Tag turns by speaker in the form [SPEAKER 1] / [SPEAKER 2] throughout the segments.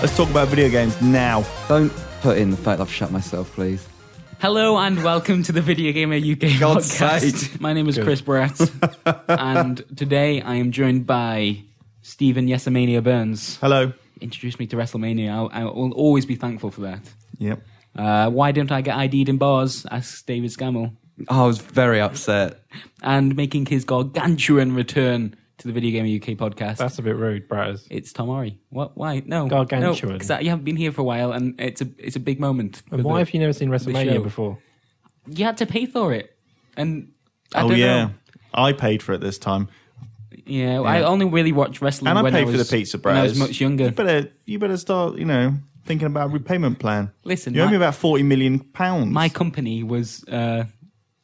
[SPEAKER 1] Let's talk about video games now.
[SPEAKER 2] Don't put in the fact I've shut myself, please.
[SPEAKER 3] Hello and welcome to the Video Gamer UK
[SPEAKER 2] God's
[SPEAKER 3] podcast.
[SPEAKER 2] sake.
[SPEAKER 3] My name is Chris Barrett, and today I am joined by Stephen Yesamania Burns.
[SPEAKER 1] Hello.
[SPEAKER 3] Introduced me to WrestleMania. I'll, I will always be thankful for that.
[SPEAKER 1] Yep.
[SPEAKER 3] Uh, why don't I get ID'd in bars? Asks David Scammell.
[SPEAKER 2] Oh, I was very upset.
[SPEAKER 3] And making his gargantuan return to the Video Gamer UK podcast.
[SPEAKER 4] That's a bit rude, Bratters.
[SPEAKER 3] it's Tom Ari. What? Why? No.
[SPEAKER 4] Gargantuan.
[SPEAKER 3] No, 'cause I- you haven't been here for a while, and it's a it's a big moment. for
[SPEAKER 4] And why
[SPEAKER 3] the-
[SPEAKER 4] have you never seen
[SPEAKER 3] show.
[SPEAKER 4] WrestleMania before?
[SPEAKER 3] You had to pay for it, and I
[SPEAKER 1] oh
[SPEAKER 3] don't
[SPEAKER 1] yeah,
[SPEAKER 3] know.
[SPEAKER 1] I paid for it this time,
[SPEAKER 3] Yeah, I only really watched wrestling
[SPEAKER 1] and I
[SPEAKER 3] when
[SPEAKER 1] paid
[SPEAKER 3] I was,
[SPEAKER 1] for the pizza.
[SPEAKER 3] when
[SPEAKER 1] Brad,
[SPEAKER 3] I was much younger.
[SPEAKER 1] You better, you better start, you know, thinking about a repayment plan.
[SPEAKER 3] Listen,
[SPEAKER 1] you owe
[SPEAKER 3] my-
[SPEAKER 1] me about forty million pounds.
[SPEAKER 3] My company was uh,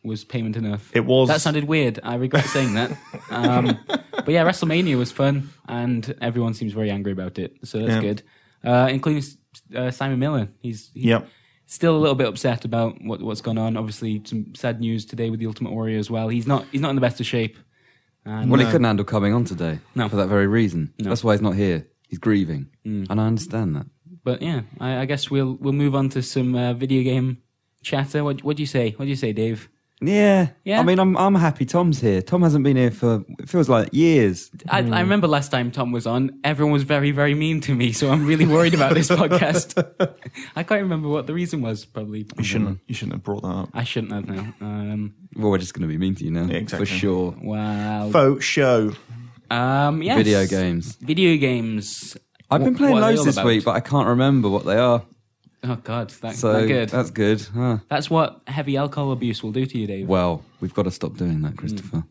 [SPEAKER 3] was payment enough.
[SPEAKER 1] It was-
[SPEAKER 3] That sounded weird. I regret saying that. Um, but yeah, WrestleMania was fun, and everyone seems very angry about it, so that's
[SPEAKER 1] Yeah.
[SPEAKER 3] good. Uh, including uh, Simon Miller. He's he-
[SPEAKER 1] Yep.
[SPEAKER 3] Still a little bit upset about what, what's gone on. Obviously, some sad news today with the Ultimate Warrior as well. He's not he's not in the best of shape. And
[SPEAKER 2] Well, he couldn't handle coming on today
[SPEAKER 3] No. Mm.
[SPEAKER 2] for that very reason. That's why he's not here. He's grieving, and I understand that.
[SPEAKER 3] But yeah, I, I guess we'll we'll move on to some uh, video game chatter. What what do you say? What do you say, Dave?
[SPEAKER 2] Yeah,
[SPEAKER 3] Yeah.
[SPEAKER 2] I mean, I'm I'm happy. Tom's here. Tom hasn't been here for it feels like years.
[SPEAKER 3] I,
[SPEAKER 1] Hmm.
[SPEAKER 3] I remember last time Tom was on, everyone was very very mean to me, so I'm really worried about this podcast. I can't remember what the reason was. Probably
[SPEAKER 1] You shouldn't. You shouldn't have brought that up.
[SPEAKER 3] I shouldn't have now. Um,
[SPEAKER 2] Well, we're just going to be mean to you now,
[SPEAKER 1] Yeah, exactly.
[SPEAKER 2] for sure.
[SPEAKER 3] wow.
[SPEAKER 1] Faux show.
[SPEAKER 3] Um, yes.
[SPEAKER 2] Video games.
[SPEAKER 3] Video games.
[SPEAKER 2] I've been
[SPEAKER 3] Wh-
[SPEAKER 2] playing
[SPEAKER 3] what are they
[SPEAKER 2] loads
[SPEAKER 3] all
[SPEAKER 2] this
[SPEAKER 3] about?
[SPEAKER 2] week, but I can't remember what they are.
[SPEAKER 3] oh god, that,
[SPEAKER 2] So
[SPEAKER 3] that good.
[SPEAKER 1] uh,
[SPEAKER 2] that's good. Huh.
[SPEAKER 3] That's what heavy alcohol abuse will do to you, Dave.
[SPEAKER 2] Well, we've got to stop doing that, Christopher.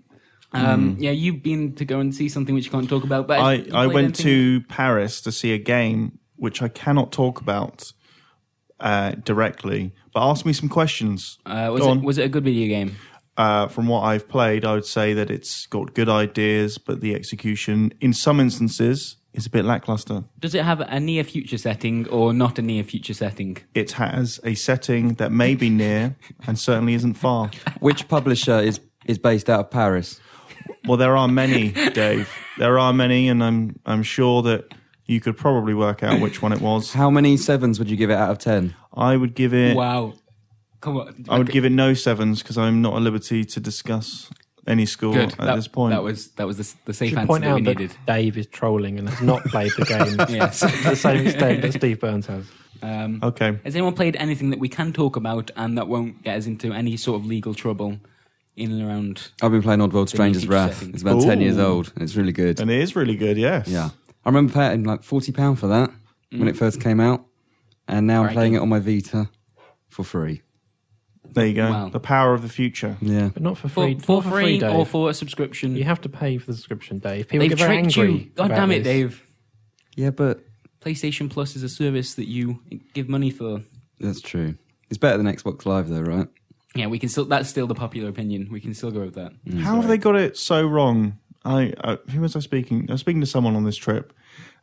[SPEAKER 3] Um, yeah, you've been to go and see something which you can't talk about. But
[SPEAKER 1] Hmm. I,
[SPEAKER 3] you
[SPEAKER 1] I
[SPEAKER 3] played
[SPEAKER 1] went
[SPEAKER 3] anything-
[SPEAKER 1] to Paris to see a game which I cannot talk about uh, directly, but ask me some questions.
[SPEAKER 3] Uh, was,
[SPEAKER 1] Go
[SPEAKER 3] it,
[SPEAKER 1] on.
[SPEAKER 3] was it a good video game?
[SPEAKER 1] uh, from what I've played, I would say that it's got good ideas, but the execution, in some instances, is a bit lackluster.
[SPEAKER 3] Does it have a near future setting or not a near future setting?
[SPEAKER 1] It has a setting that may be near and certainly isn't far.
[SPEAKER 2] Which publisher is is based out of Paris?
[SPEAKER 1] Well, there are many, Dave. There are many, and I'm I'm sure that you could probably work out which one it was.
[SPEAKER 2] How many sevens would you give it out of ten?
[SPEAKER 1] I would give it.
[SPEAKER 3] Wow. Come on.
[SPEAKER 1] I would give it no sevens because I'm not at liberty to discuss any score
[SPEAKER 3] Good.
[SPEAKER 1] at
[SPEAKER 3] that,
[SPEAKER 1] this point.
[SPEAKER 3] That was that was the, the safe
[SPEAKER 4] Should
[SPEAKER 3] answer
[SPEAKER 4] point
[SPEAKER 3] that we
[SPEAKER 4] out that
[SPEAKER 3] needed.
[SPEAKER 4] Dave is trolling and has not played the game
[SPEAKER 3] Yes.
[SPEAKER 4] to the same extent that Steve Burns has.
[SPEAKER 3] Um,
[SPEAKER 1] okay.
[SPEAKER 3] has anyone played anything that we can talk about and that won't get us into any sort of legal trouble in and around?
[SPEAKER 2] I've been playing Oddworld Stranger's
[SPEAKER 3] keep
[SPEAKER 2] Wrath.
[SPEAKER 3] setting.
[SPEAKER 2] It's about ten years
[SPEAKER 1] Ooh.
[SPEAKER 2] old, and it's really good.
[SPEAKER 1] And it is really good, yes.
[SPEAKER 2] Yeah, I remember paying like forty pound for that when it first came out, and now I'm
[SPEAKER 3] Cracking.
[SPEAKER 2] playing it on my Vita for free.
[SPEAKER 1] There you go.
[SPEAKER 3] Wow.
[SPEAKER 1] The power of the future.
[SPEAKER 2] Yeah,
[SPEAKER 4] But not for
[SPEAKER 3] For,
[SPEAKER 4] free.
[SPEAKER 3] for
[SPEAKER 4] not for
[SPEAKER 3] free
[SPEAKER 4] Dave.
[SPEAKER 3] or for a subscription?
[SPEAKER 4] you have to pay for the subscription, Dave. People
[SPEAKER 3] They've
[SPEAKER 4] get very
[SPEAKER 3] tricked
[SPEAKER 4] angry.
[SPEAKER 3] you. God
[SPEAKER 4] about
[SPEAKER 3] damn it,
[SPEAKER 4] this.
[SPEAKER 3] Dave.
[SPEAKER 2] yeah, but
[SPEAKER 3] PlayStation Plus is a service that you give money for.
[SPEAKER 2] that's true. It's better than Xbox Live though, right?
[SPEAKER 3] Yeah, we can still. That's still the popular opinion. We can still go with that.
[SPEAKER 1] How have they got it so wrong? I, I who was I speaking? I was speaking to someone on this trip,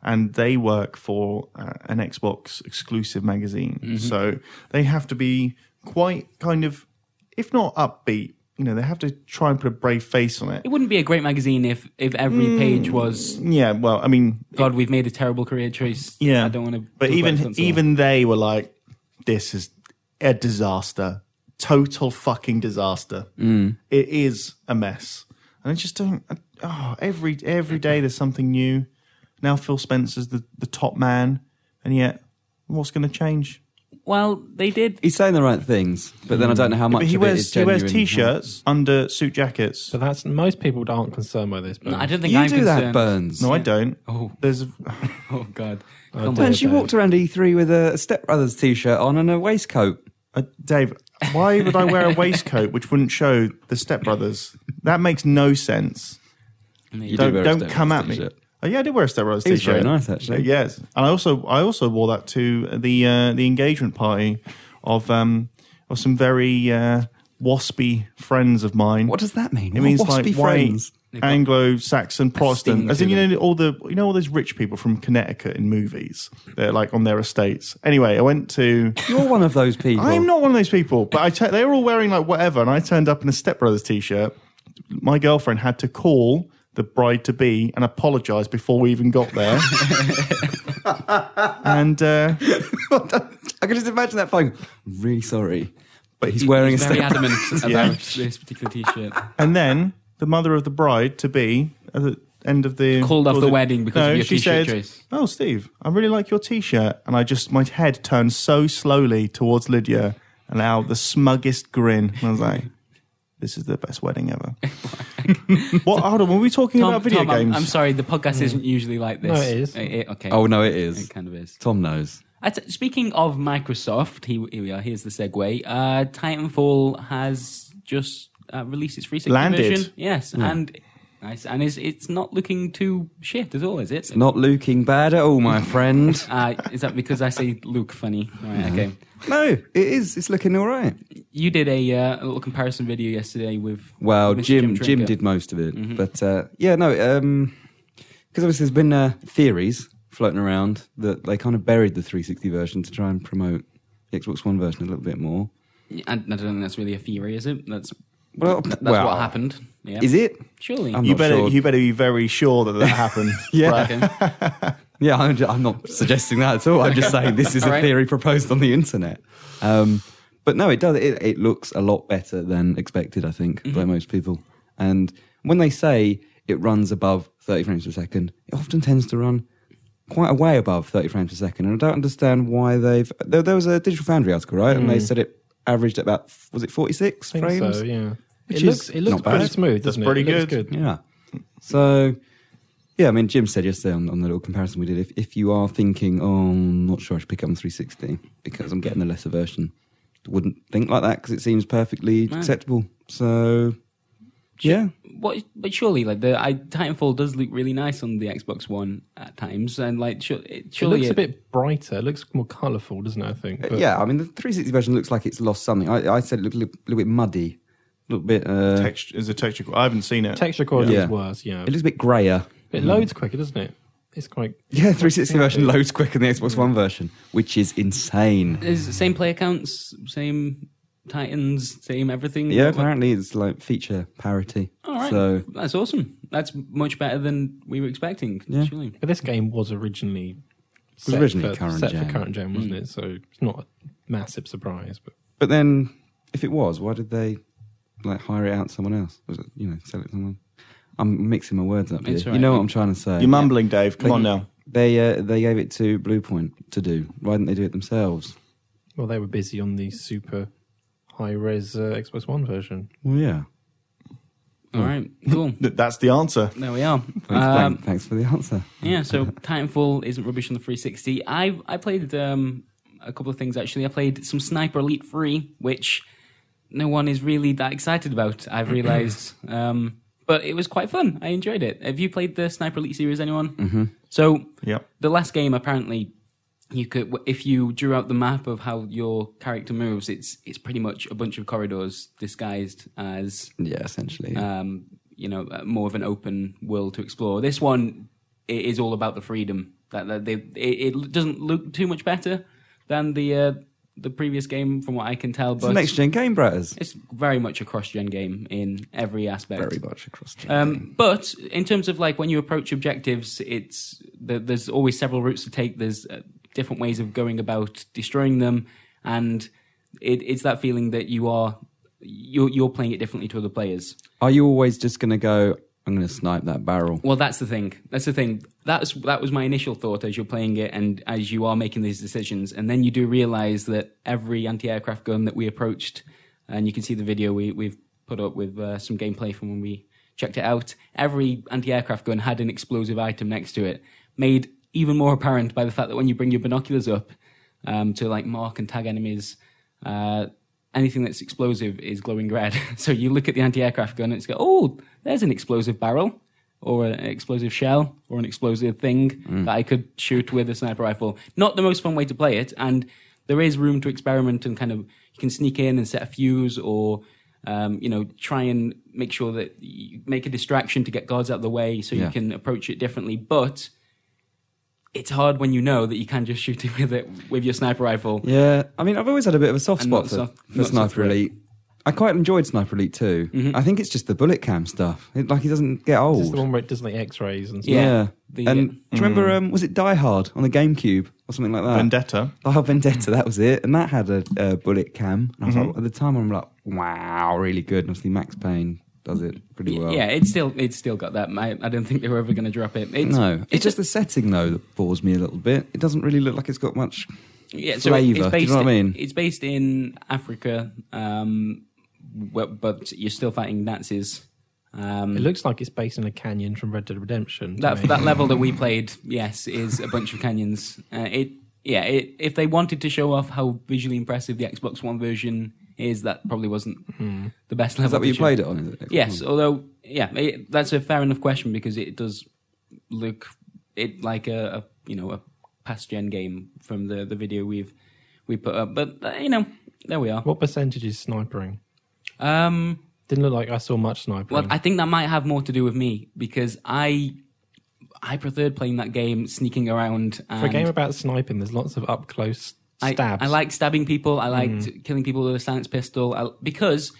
[SPEAKER 1] and they work for uh, an Xbox exclusive magazine, so they have to be quite kind of, if not upbeat, you know, they have to try and put a brave face on it.
[SPEAKER 3] It wouldn't be a great magazine if if every
[SPEAKER 1] Hmm.
[SPEAKER 3] page was
[SPEAKER 1] Yeah, well, I mean,
[SPEAKER 3] God, we've made a terrible career choice.
[SPEAKER 1] yeah,
[SPEAKER 3] I don't want to.
[SPEAKER 1] But even even they were like, "This is a disaster, total fucking disaster.
[SPEAKER 2] Mm.
[SPEAKER 1] It is a mess." And I just don't. I, oh, every every day there's something new. Now Phil Spencer's the the top man, and yet what's going to change?
[SPEAKER 3] well, they did.
[SPEAKER 2] He's saying the right things, but then I don't know how much
[SPEAKER 1] But he
[SPEAKER 2] of it is
[SPEAKER 1] wears he
[SPEAKER 2] genuine.
[SPEAKER 1] wears t-shirts under suit jackets.
[SPEAKER 4] So that's most people aren't concerned by this. But
[SPEAKER 3] I don't think
[SPEAKER 2] You
[SPEAKER 3] I'm
[SPEAKER 2] do
[SPEAKER 3] concerned.
[SPEAKER 2] that, Burns.
[SPEAKER 1] No, I don't.
[SPEAKER 3] Oh.
[SPEAKER 1] There's
[SPEAKER 3] Oh God,
[SPEAKER 4] I
[SPEAKER 3] Come
[SPEAKER 4] do.
[SPEAKER 3] on.
[SPEAKER 2] Burns, you walked around E3 with a Step Brothers t-shirt on and a waistcoat.
[SPEAKER 1] uh, Dave. Why would I wear a waistcoat which wouldn't show the stepbrothers? That makes no sense.
[SPEAKER 2] You do
[SPEAKER 1] don't
[SPEAKER 2] wear a
[SPEAKER 1] don't
[SPEAKER 2] Step
[SPEAKER 1] come
[SPEAKER 2] Brothers
[SPEAKER 1] at me.
[SPEAKER 2] t-shirt.
[SPEAKER 1] Oh, yeah, I did wear a Step Brothers
[SPEAKER 2] It was
[SPEAKER 1] t-shirt.
[SPEAKER 2] very nice, actually.
[SPEAKER 1] Yes, and I also I also wore that to the uh, the engagement party of um of some very uh, waspy friends of mine.
[SPEAKER 2] What does that mean?
[SPEAKER 1] it means?
[SPEAKER 2] Waspy
[SPEAKER 1] like
[SPEAKER 2] friends.
[SPEAKER 1] white Anglo-Saxon Protestant,
[SPEAKER 3] sting
[SPEAKER 1] as in
[SPEAKER 3] to
[SPEAKER 1] you know all the you know all those rich people from Connecticut in movies. They're like on their estates. Anyway, I went to.
[SPEAKER 2] You're one of those people.
[SPEAKER 1] I'm not one of those people, but I tu- they were all wearing like whatever, and I turned up in a Step Brothers t-shirt. My girlfriend had to call the bride to be and apologise before we even got there. and uh,
[SPEAKER 2] I can just imagine that phone. I'm really sorry, but he's
[SPEAKER 3] He-
[SPEAKER 2] wearing
[SPEAKER 3] he's
[SPEAKER 2] a
[SPEAKER 3] very
[SPEAKER 2] step.
[SPEAKER 3] adamant
[SPEAKER 1] Yeah.
[SPEAKER 3] about this particular T-shirt.
[SPEAKER 1] and then the mother of the bride to be at the end of the
[SPEAKER 3] Called off
[SPEAKER 1] or
[SPEAKER 3] the wedding because of your
[SPEAKER 1] she
[SPEAKER 3] t-shirt
[SPEAKER 1] said,
[SPEAKER 3] choice.
[SPEAKER 1] "Oh, Steve, I really like your t-shirt," and I just my head turned so slowly towards Lydia and out the smuggest grin, and I was like. This is the best wedding ever. what? Hold on. Were we talking
[SPEAKER 3] Tom,
[SPEAKER 1] about video
[SPEAKER 3] Tom, I'm-
[SPEAKER 1] games?
[SPEAKER 3] I'm, sorry, the podcast isn't usually like this.
[SPEAKER 4] No, it is.
[SPEAKER 3] Uh, it- okay.
[SPEAKER 2] Oh no, it is.
[SPEAKER 3] it kind of is.
[SPEAKER 2] Tom knows.
[SPEAKER 3] I t- speaking of Microsoft, here, here we are. Here's the segue. Uh, Titanfall has just uh, released its 360
[SPEAKER 1] Landed.
[SPEAKER 3] version. Yes, and nice, and it's it's not looking too shit at all, is it?
[SPEAKER 2] Not looking bad at all, my friend.
[SPEAKER 3] Uh, is that because I say Luke funny? All right,
[SPEAKER 2] Mm-hmm.
[SPEAKER 3] okay.
[SPEAKER 2] no, it is. It's looking all right.
[SPEAKER 3] You did a, uh, a little comparison video yesterday with
[SPEAKER 2] Well,
[SPEAKER 3] Mr.
[SPEAKER 2] Jim, Jim,
[SPEAKER 3] Trinker. Mm-hmm.
[SPEAKER 2] did most of it, but uh, yeah, no, because obviously there's been uh, theories floating around that they kind of buried the 360 version to try and promote the Xbox One version a little bit more.
[SPEAKER 3] I, I don't think that's really a theory, is it? That's
[SPEAKER 2] Well,
[SPEAKER 3] that's
[SPEAKER 2] well,
[SPEAKER 3] what happened. Yeah.
[SPEAKER 2] Is it?
[SPEAKER 3] Surely.
[SPEAKER 2] I'm
[SPEAKER 1] you
[SPEAKER 2] not
[SPEAKER 1] better.
[SPEAKER 2] sure.
[SPEAKER 1] You better be very sure that that happened.
[SPEAKER 2] Yeah,
[SPEAKER 1] Right.
[SPEAKER 3] Um, Okay.
[SPEAKER 2] yeah. I'm, ju- I'm not suggesting that at all. I'm just saying this is a
[SPEAKER 3] All right.
[SPEAKER 2] theory proposed on the internet. Um, but no, it does. It, it looks a lot better than expected, I think, by
[SPEAKER 4] Mm-hmm.
[SPEAKER 2] most people. And when they say it runs above 30 frames per second, it often tends to run quite a way above 30 frames per second. And I don't understand why they've. There, there was a Digital Foundry article, right? And they said it averaged at about was it 46
[SPEAKER 4] Mm. I think
[SPEAKER 2] frames?
[SPEAKER 4] so, yeah.
[SPEAKER 2] Which
[SPEAKER 4] it
[SPEAKER 2] is
[SPEAKER 4] looks, it looks
[SPEAKER 2] not bad.
[SPEAKER 4] pretty smooth,
[SPEAKER 1] That's
[SPEAKER 4] doesn't
[SPEAKER 1] pretty
[SPEAKER 4] it? It looks
[SPEAKER 1] good.
[SPEAKER 2] Yeah. So, yeah, I mean, Jim said yesterday on, on the little comparison we did if, if you are thinking, oh, I'm not sure I should pick up on 360 because I'm getting the lesser version, wouldn't think like that because it seems perfectly
[SPEAKER 3] Right.
[SPEAKER 2] acceptable. So, yeah.
[SPEAKER 3] What, but surely, like the I, Titanfall does look really nice on the Xbox One at times, and like sure, it,
[SPEAKER 4] It
[SPEAKER 3] surely
[SPEAKER 4] looks a bit brighter. It looks more colourful, doesn't it, I think? But
[SPEAKER 2] Uh, yeah, I mean, the 360 version looks like it's lost something. I, I said it looked a little, little bit muddy, a little bit. Uh,
[SPEAKER 1] Text is a texture. I haven't seen it.
[SPEAKER 4] Texture quality
[SPEAKER 2] Yeah.
[SPEAKER 4] is worse, yeah.
[SPEAKER 2] it looks a bit grayer.
[SPEAKER 4] It loads quicker, doesn't it? It's quite.
[SPEAKER 2] Yeah, 360 version
[SPEAKER 4] Yeah.
[SPEAKER 2] loads quicker than the Xbox One version, which is insane.
[SPEAKER 3] is it same player counts, same Titans, same everything.
[SPEAKER 2] Yeah,
[SPEAKER 3] What-
[SPEAKER 2] apparently it's like feature parity.
[SPEAKER 3] All right,
[SPEAKER 2] So,
[SPEAKER 3] that's awesome. That's much better than we were expecting.
[SPEAKER 2] Yeah.
[SPEAKER 3] Surely,
[SPEAKER 4] But this game was originally
[SPEAKER 2] was
[SPEAKER 4] set
[SPEAKER 2] originally
[SPEAKER 4] for,
[SPEAKER 2] current
[SPEAKER 4] set
[SPEAKER 2] gen.
[SPEAKER 4] for current gen, wasn't
[SPEAKER 3] Mm.
[SPEAKER 4] it? So it's not a massive surprise. But
[SPEAKER 2] But then, if it was, why did they like hire it out to someone else? Was it, you know, sell it to someone? I'm mixing my words up. Here.
[SPEAKER 3] It's all
[SPEAKER 2] You
[SPEAKER 3] right.
[SPEAKER 2] know what I'm trying to say.
[SPEAKER 1] You're mumbling, Dave. Come
[SPEAKER 2] They-
[SPEAKER 1] on now.
[SPEAKER 2] They uh, they gave it to Bluepoint to do. Why didn't they do it themselves?
[SPEAKER 4] well, they were busy on the super high res uh, Xbox One version.
[SPEAKER 2] Well, yeah.
[SPEAKER 3] all right, cool.
[SPEAKER 1] Th- That's the answer.
[SPEAKER 3] There we are.
[SPEAKER 2] Thanks,
[SPEAKER 3] Um,
[SPEAKER 2] thank- thanks for the answer.
[SPEAKER 3] yeah, so Titanfall isn't rubbish on the 360. I I played um, a couple of things actually. I played some Sniper Elite 3, which no one is really that excited about. I've realised, um, but it was quite fun. I enjoyed it. Have you played the Sniper Elite series? Anyone? Mm-hmm. So
[SPEAKER 1] Yep.
[SPEAKER 3] the last game apparently you could if you drew out the map of how your character moves it's it's pretty much a bunch of corridors disguised as
[SPEAKER 2] Yeah, essentially.
[SPEAKER 3] um, you know, uh, more of an open world to explore. This one i- is all about the freedom that, that they. It, it doesn't look too much better than the uh, the previous game, from what I can tell.
[SPEAKER 2] it's the
[SPEAKER 3] But
[SPEAKER 2] next gen game, Bratters.
[SPEAKER 3] it's very much a cross-gen game in every aspect.
[SPEAKER 2] Very much across. gen.
[SPEAKER 3] Um, but in terms of like when you approach objectives, it's there, there's always several routes to take. There's uh, different ways of going about destroying them, and it, it's that feeling that you are you're, you're playing it differently to other players.
[SPEAKER 2] Are you always just going to go? I'm going to snipe that barrel.
[SPEAKER 3] Well, that's the thing. That's the thing. That's that was my initial thought as you're playing it and as you are making these decisions, and then you do realize that every anti-aircraft gun that we approached, and you can see the video we, we've put up with uh, some gameplay from when we checked it out. Every anti-aircraft gun had an explosive item next to it, made even more apparent by the fact that when you bring your binoculars up um, to like mark and tag enemies. Uh, anything that's explosive is glowing red. so you look at the anti-aircraft gun and it's go, oh, there's an explosive barrel or an explosive shell or an explosive thing that I could shoot with a sniper rifle. Not the most fun way to play it, and there is room to experiment and kind of you can sneak in and set a fuse or um, you know try and make sure that you make a distraction to get guards out of the way so you
[SPEAKER 2] Yeah.
[SPEAKER 3] can approach it differently. But it's hard when you know that you can just shoot it with it with your sniper rifle.
[SPEAKER 2] Yeah, I mean, I've always had a bit of a soft
[SPEAKER 3] And
[SPEAKER 2] spot
[SPEAKER 3] not
[SPEAKER 2] for,
[SPEAKER 3] soft-
[SPEAKER 2] for
[SPEAKER 3] not soft
[SPEAKER 2] Sniper
[SPEAKER 3] grip. Mm-hmm.
[SPEAKER 2] Elite I quite enjoyed Sniper Elite 2. I think it's just the bullet cam stuff. It, like, he doesn't get
[SPEAKER 4] This is
[SPEAKER 2] old.
[SPEAKER 4] the one Mm. where it does like X-rays and stuff.
[SPEAKER 2] yeah.
[SPEAKER 3] The-
[SPEAKER 2] and do you remember, um, was it Die Hard on the GameCube or something like that?
[SPEAKER 1] Vendetta.
[SPEAKER 2] Die Hard Vendetta, that was it. And that had a, a bullet cam. And I was
[SPEAKER 4] Mm-hmm.
[SPEAKER 2] like, at the time, I'm like, wow, really good. And obviously, Max Payne does it pretty well.
[SPEAKER 3] Yeah, it's still it's still got that. I, I don't think they were ever going to drop it. It's,
[SPEAKER 2] No, it's, just the setting though that bores me a little bit. It doesn't really look like it's got much.
[SPEAKER 3] yeah,
[SPEAKER 2] flavour, do you know what I
[SPEAKER 3] in-
[SPEAKER 2] mean?
[SPEAKER 3] It's based in Africa, um, but, but you're still fighting Nazis. Um,
[SPEAKER 4] It looks like it's based in a canyon from Red Dead Redemption. to
[SPEAKER 3] that
[SPEAKER 4] me.
[SPEAKER 3] that level that we played, yes, is a bunch of canyons. Uh, it yeah, it, if they wanted to show off how visually impressive the Xbox One version is, that probably wasn't
[SPEAKER 4] Hmm.
[SPEAKER 3] the best level.
[SPEAKER 2] Is that what
[SPEAKER 3] to
[SPEAKER 2] you
[SPEAKER 3] show.
[SPEAKER 2] played it on? Is it?
[SPEAKER 3] Yes, although yeah, it, that's a fair enough question because it does look it like a, a you know a past gen game from the the video we've we put up. But uh, you know, there we are.
[SPEAKER 4] What percentage is snipering?
[SPEAKER 3] Um,
[SPEAKER 4] Didn't look like I saw much sniping.
[SPEAKER 3] well, I think that might have more to do with me because I I preferred playing that game sneaking around. And
[SPEAKER 4] For a game about sniping, there's lots of up close
[SPEAKER 3] I,
[SPEAKER 4] stabs.
[SPEAKER 3] I like stabbing people. I liked killing people with a silenced pistol I, because